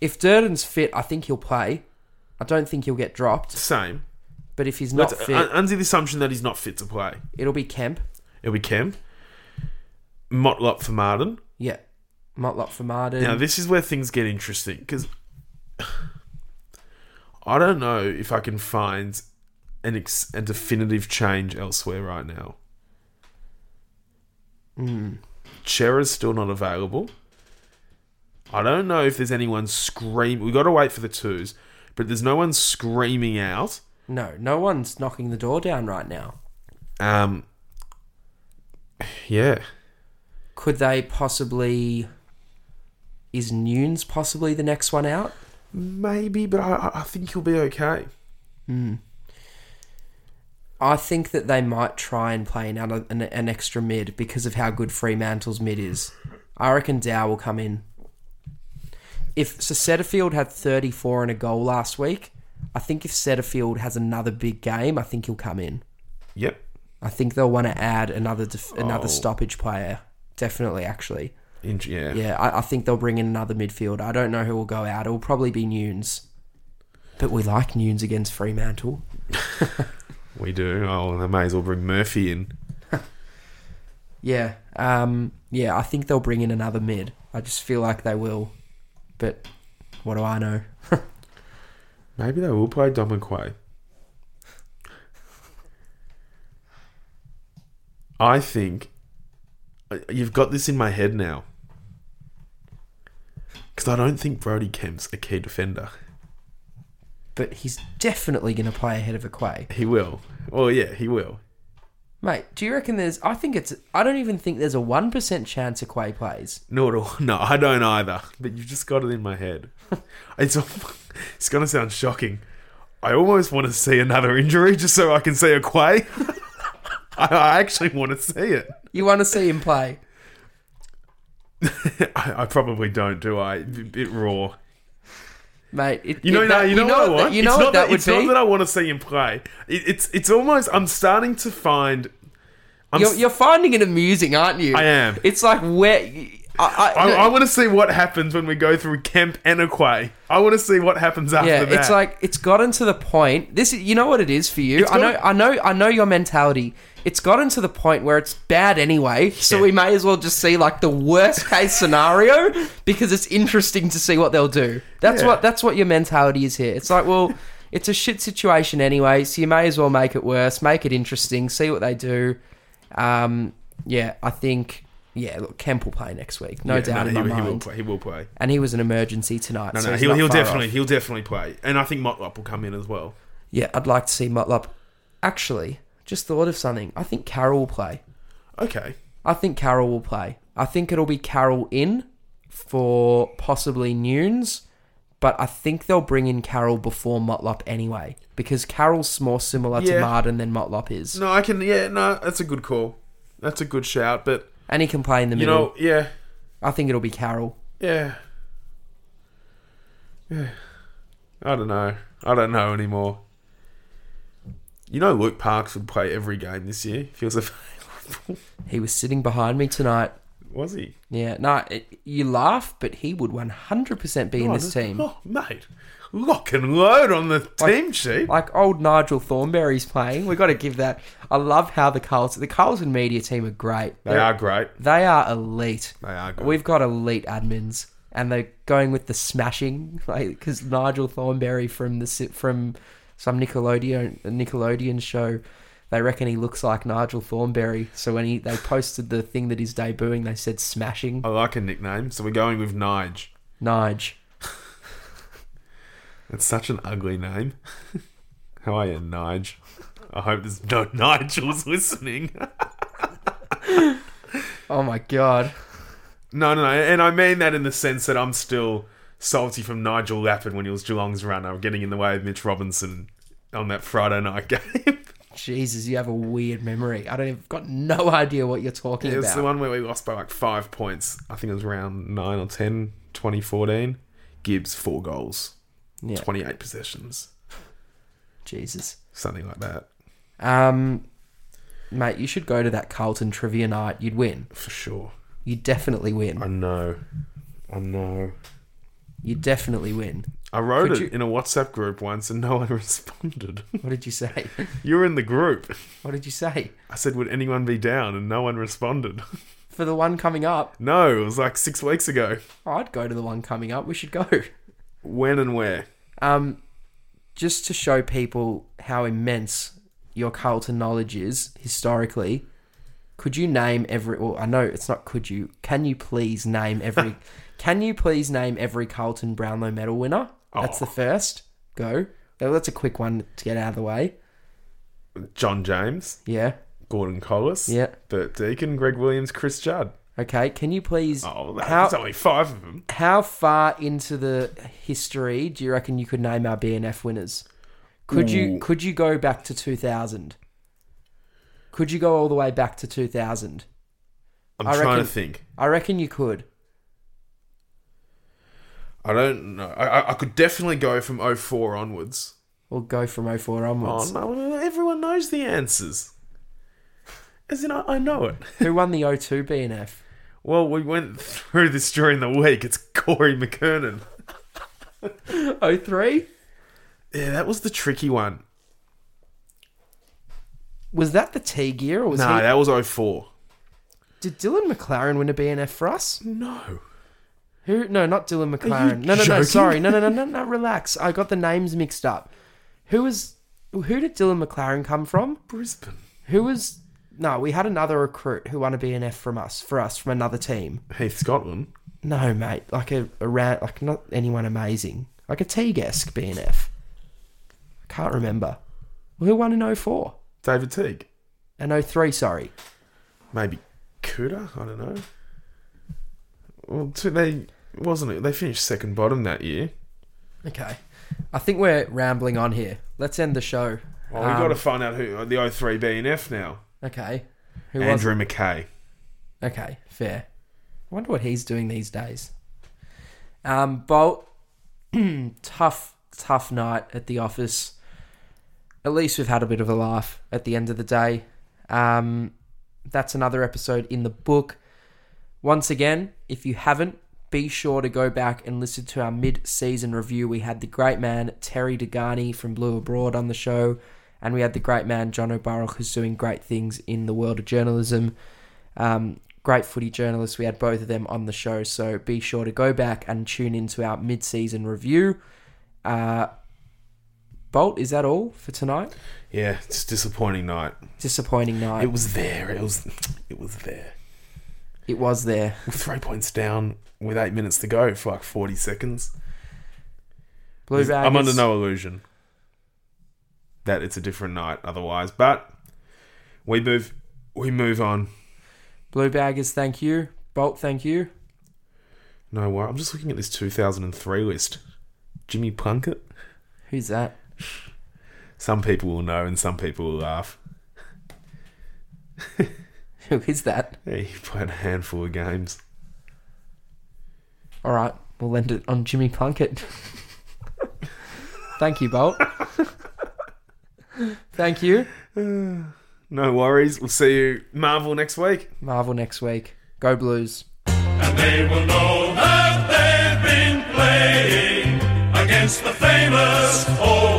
If Durden's fit, I think he'll play. I don't think he'll get dropped.
Same.
But uh, if he's not
That's-
fit,
un- under the assumption that he's not fit to play,
it'll be Kemp.
it'll be Kemp, Motlop for Martin.
Yeah, Motlop for Martin.
Now this is where things get interesting because [sighs] I don't know if I can find an ex- a definitive change elsewhere right now. Hmm. Chera's still not available. I don't know if there's anyone scream. We got to wait for the twos, but there's no one screaming out.
no, no one's knocking the door down right now.
Um, [sighs] yeah,
Could they possibly? Is Nunes possibly the next one out?
maybe, but I, I- I think he'll be okay.
I think that they might try and play another, an, an extra mid because of how good Fremantle's mid is. I reckon Dow will come in. If so, Setterfield had 34 and a goal last week. I think if Setterfield has another big game, I think he'll come in.
Yep.
I think they'll want to add another def- another
Oh.
stoppage player. Definitely, actually.
Int- yeah.
Yeah, I, I think they'll bring in another midfielder. I don't know who will go out. It'll probably be Nunes. But we like Nunes against Fremantle.
We do. Oh, they may as well bring Murphy in.
Yeah. Um, yeah, I think they'll bring in another mid. I just feel like they will. But what do I know?
Maybe they will play Dom and Quay. I think you've got this in my head now. Because I don't think Brody Kemp's a key defender.
but he's definitely going to play ahead of Aquay.
He will. Well, yeah, he will.
Mate, do you reckon there's. I think it's. I don't even think there's a 1% chance Aquay plays.
No, [laughs] at all. No, I don't either. But you've just got it in my
[laughs]
head. It's al- it's gonna sound shocking. I almost want to see another injury just so I can see a quay. [laughs] I, I actually want to see it. [laughs]
You want to see him play?
I, I probably don't, do I? A bit raw.
Mate, it,
You know,
it-
no,
that-
you know, what I want.
You know
it's
what
not
that, would
it's
be?
not that I want to see him play. It, it's it's almost. I'm starting to find. I'm,
you're, you're finding it amusing, aren't you?
I am.
It's like where. I, I,
I, I want to see what happens when we go through Kemp and Aquay. I want to see what happens after
Yeah,
that.
it's like it's gotten to the point. This is, you know what it is for you.
It's
I know,
gotten-
I know, I know your mentality. It's gotten to the point where it's bad anyway, so
Yeah.
we may as well just see like the worst case scenario because it's interesting to see what they'll do. That's
Yeah.
what that's what your mentality is here. It's like, well, it's a shit situation anyway, so you may as well make it worse, make it interesting, see what they do. Um, yeah, I think. Yeah, look, Kemp will play next week, no
Yeah,
doubt
no,
in
he,
my
he will
mind.
play. He will play.
and he was an emergency tonight.
No,
so
no,
he's
he'll,
not
he'll
far off.
definitely he'll definitely play, and I think Motlop will come in as well.
Yeah, I'd like to see Motlop. Actually, just thought of something. I think Carroll will play.
Okay,
I think Carroll will play. I think it'll be Carroll in for possibly Nunes, but I think they'll bring in Carroll before Motlop anyway because Carroll's more similar to
Yeah.
Marden than Motlop is,
no, I can. Yeah, no, that's a good call. That's a good shout. But
and he can play in the
you
middle.
know, yeah,
I think it'll be Carroll.
yeah, yeah. I don't know. I don't know anymore. You know, Luke Parks would play every game this year if he was [laughs] available.
He was sitting behind me tonight.
was he
Yeah, no, it, you laugh, but he would 100% be in this
Oh,
team.
Oh, mate, lock and load on the team sheet.
like old Nigel Thornberry's playing. We got to give that. I love how the Carlton, the Carlton media team are great.
they are great.
They are elite.
They are good.
We've got elite admins, and they're going with the smashing, [laughs] like because Nigel Thornberry from the si- from some Nickelodeon Nickelodeon show. They reckon he looks like Nigel Thornberry. So when he they posted the thing that he's debuting, they said smashing
I like a nickname, so we're going with Nige.
Nige.
It's such an ugly name. [laughs] How are you, Nige? I hope there's no [laughs] Nigels listening. [laughs]
Oh my god.
no, no, no. And I mean that in the sense that I'm still salty from Nigel Lappin when he was Geelong's runner, getting in the way of Mitch Robinson on that Friday night [laughs] game.
Jesus, you have a weird memory. I don't even got no [laughs] idea what you're talking
it was
about.
the one where we lost by like five points. I think it was round 9 or 10, 2014. Gibbs, four goals.
Yeah.
28 possessions,
Jesus.
something like that,
Um, mate, you should go to that Carlton trivia night. You'd win.
for sure.
You'd definitely win.
I know. I know.
You'd definitely win.
I wrote
Could
it
you-
in a WhatsApp group once and no one [laughs] responded.
What did you say? [laughs]
you were in the group.
What did you say?
I said, Would anyone be down? And no one responded. [laughs]
For the one coming up,
no, it was like six weeks ago.
I'd go to the one coming up. We should go.
When and where?
Um, just to show people how immense your Carlton knowledge is historically, could you name every? Well, I know it's not. Could you? Can you please name
[laughs]
every? can you please name every Carlton Brownlow medal winner? That's
Oh.
the first. Go. Well, That's a quick one to get out of the way.
John James,
Yeah.
Gordon Collis,
Yeah.
Bert Deacon, Greg Williams, Chris Judd.
Okay. Can you please?
Oh, that-
how
that's only five of them.
how far into the history do you reckon you could name our BNF winners? Could you
Ooh.
could you go back to 2000? Could you go all the way back to 2000?
I'm
I
trying to
reckon-
think.
I reckon you could.
I don't know. I, I- I could definitely go from 04 onwards.
We'll go from 04
Oh,
onwards.
no, everyone knows the answers. As in, I, I know it.
Who won the 02 BNF?
Well, we went [laughs] through this during the week. It's Corey McKernan.
03?
Yeah, that was the tricky one.
Was that the T gear or was
Nah,
he,
that was 04.
Did Dylan McLaren win a BNF for us?
No.
Who? No, not Dylan McLaren.
you
No, no, no.
joking?
Sorry, no, no, no, no, no. Relax. I got the names mixed up. Who was? Who did Dylan McLaren come from?
Brisbane.
Who was? No, we had another recruit who won a BNF from us for us from another team.
Heath Scotland.
No, mate, like a, a round, like not anyone amazing, like a Teaguesk BNF. I can't remember. Who won in 04
David Teague.
and 03, Sorry,
Maybe Cuda? I don't know. Well, two, they wasn't it? They finished second bottom that year.
okay. I think we're rambling on here. Let's end the show.
Oh, we got to find out who the 03 BNF now.
Okay, who was?
Andrew McKay.
Okay, fair. I wonder what he's doing these days. Um, Bolt, [clears throat] tough, tough night at the office. At least we've had a bit of a laugh at the end of the day. Um, that's another episode in the book. Once again, if you haven't, be sure to go back and listen to our mid season review. We had the great man Terry Degani from Blue Abroad on the show, and we had the great man John O'Barrow, who's doing great things in the world of journalism um, great footy journalists. We had both of them on the show, so be sure to go back and tune into our mid-season review. Uh, Bolt, is that all for tonight?
Yeah, it's a disappointing night.
Disappointing night.
It was there. It was. It was there.
it was there.
We're three points down with eight minutes to go for like forty seconds.
Blue Baggers.
I'm under no illusion that it's a different night otherwise, but we move. We move on.
Blue Baggers, thank you. Bolt, thank you.
No, why? I'm just looking at this 2003 list. Jimmy Plunkett.
Who's that? [laughs]
Some people will know, and some people will laugh.
Who is that?
Yeah, he played a handful of games.
All right, we'll end it on Jimmy Plunkett. thank
[laughs]
you, Bolt. thank you.
No worries. We'll see you Marvel next week.
Marvel next week. Go Blues.
and they will know that they've been playing against the famous old.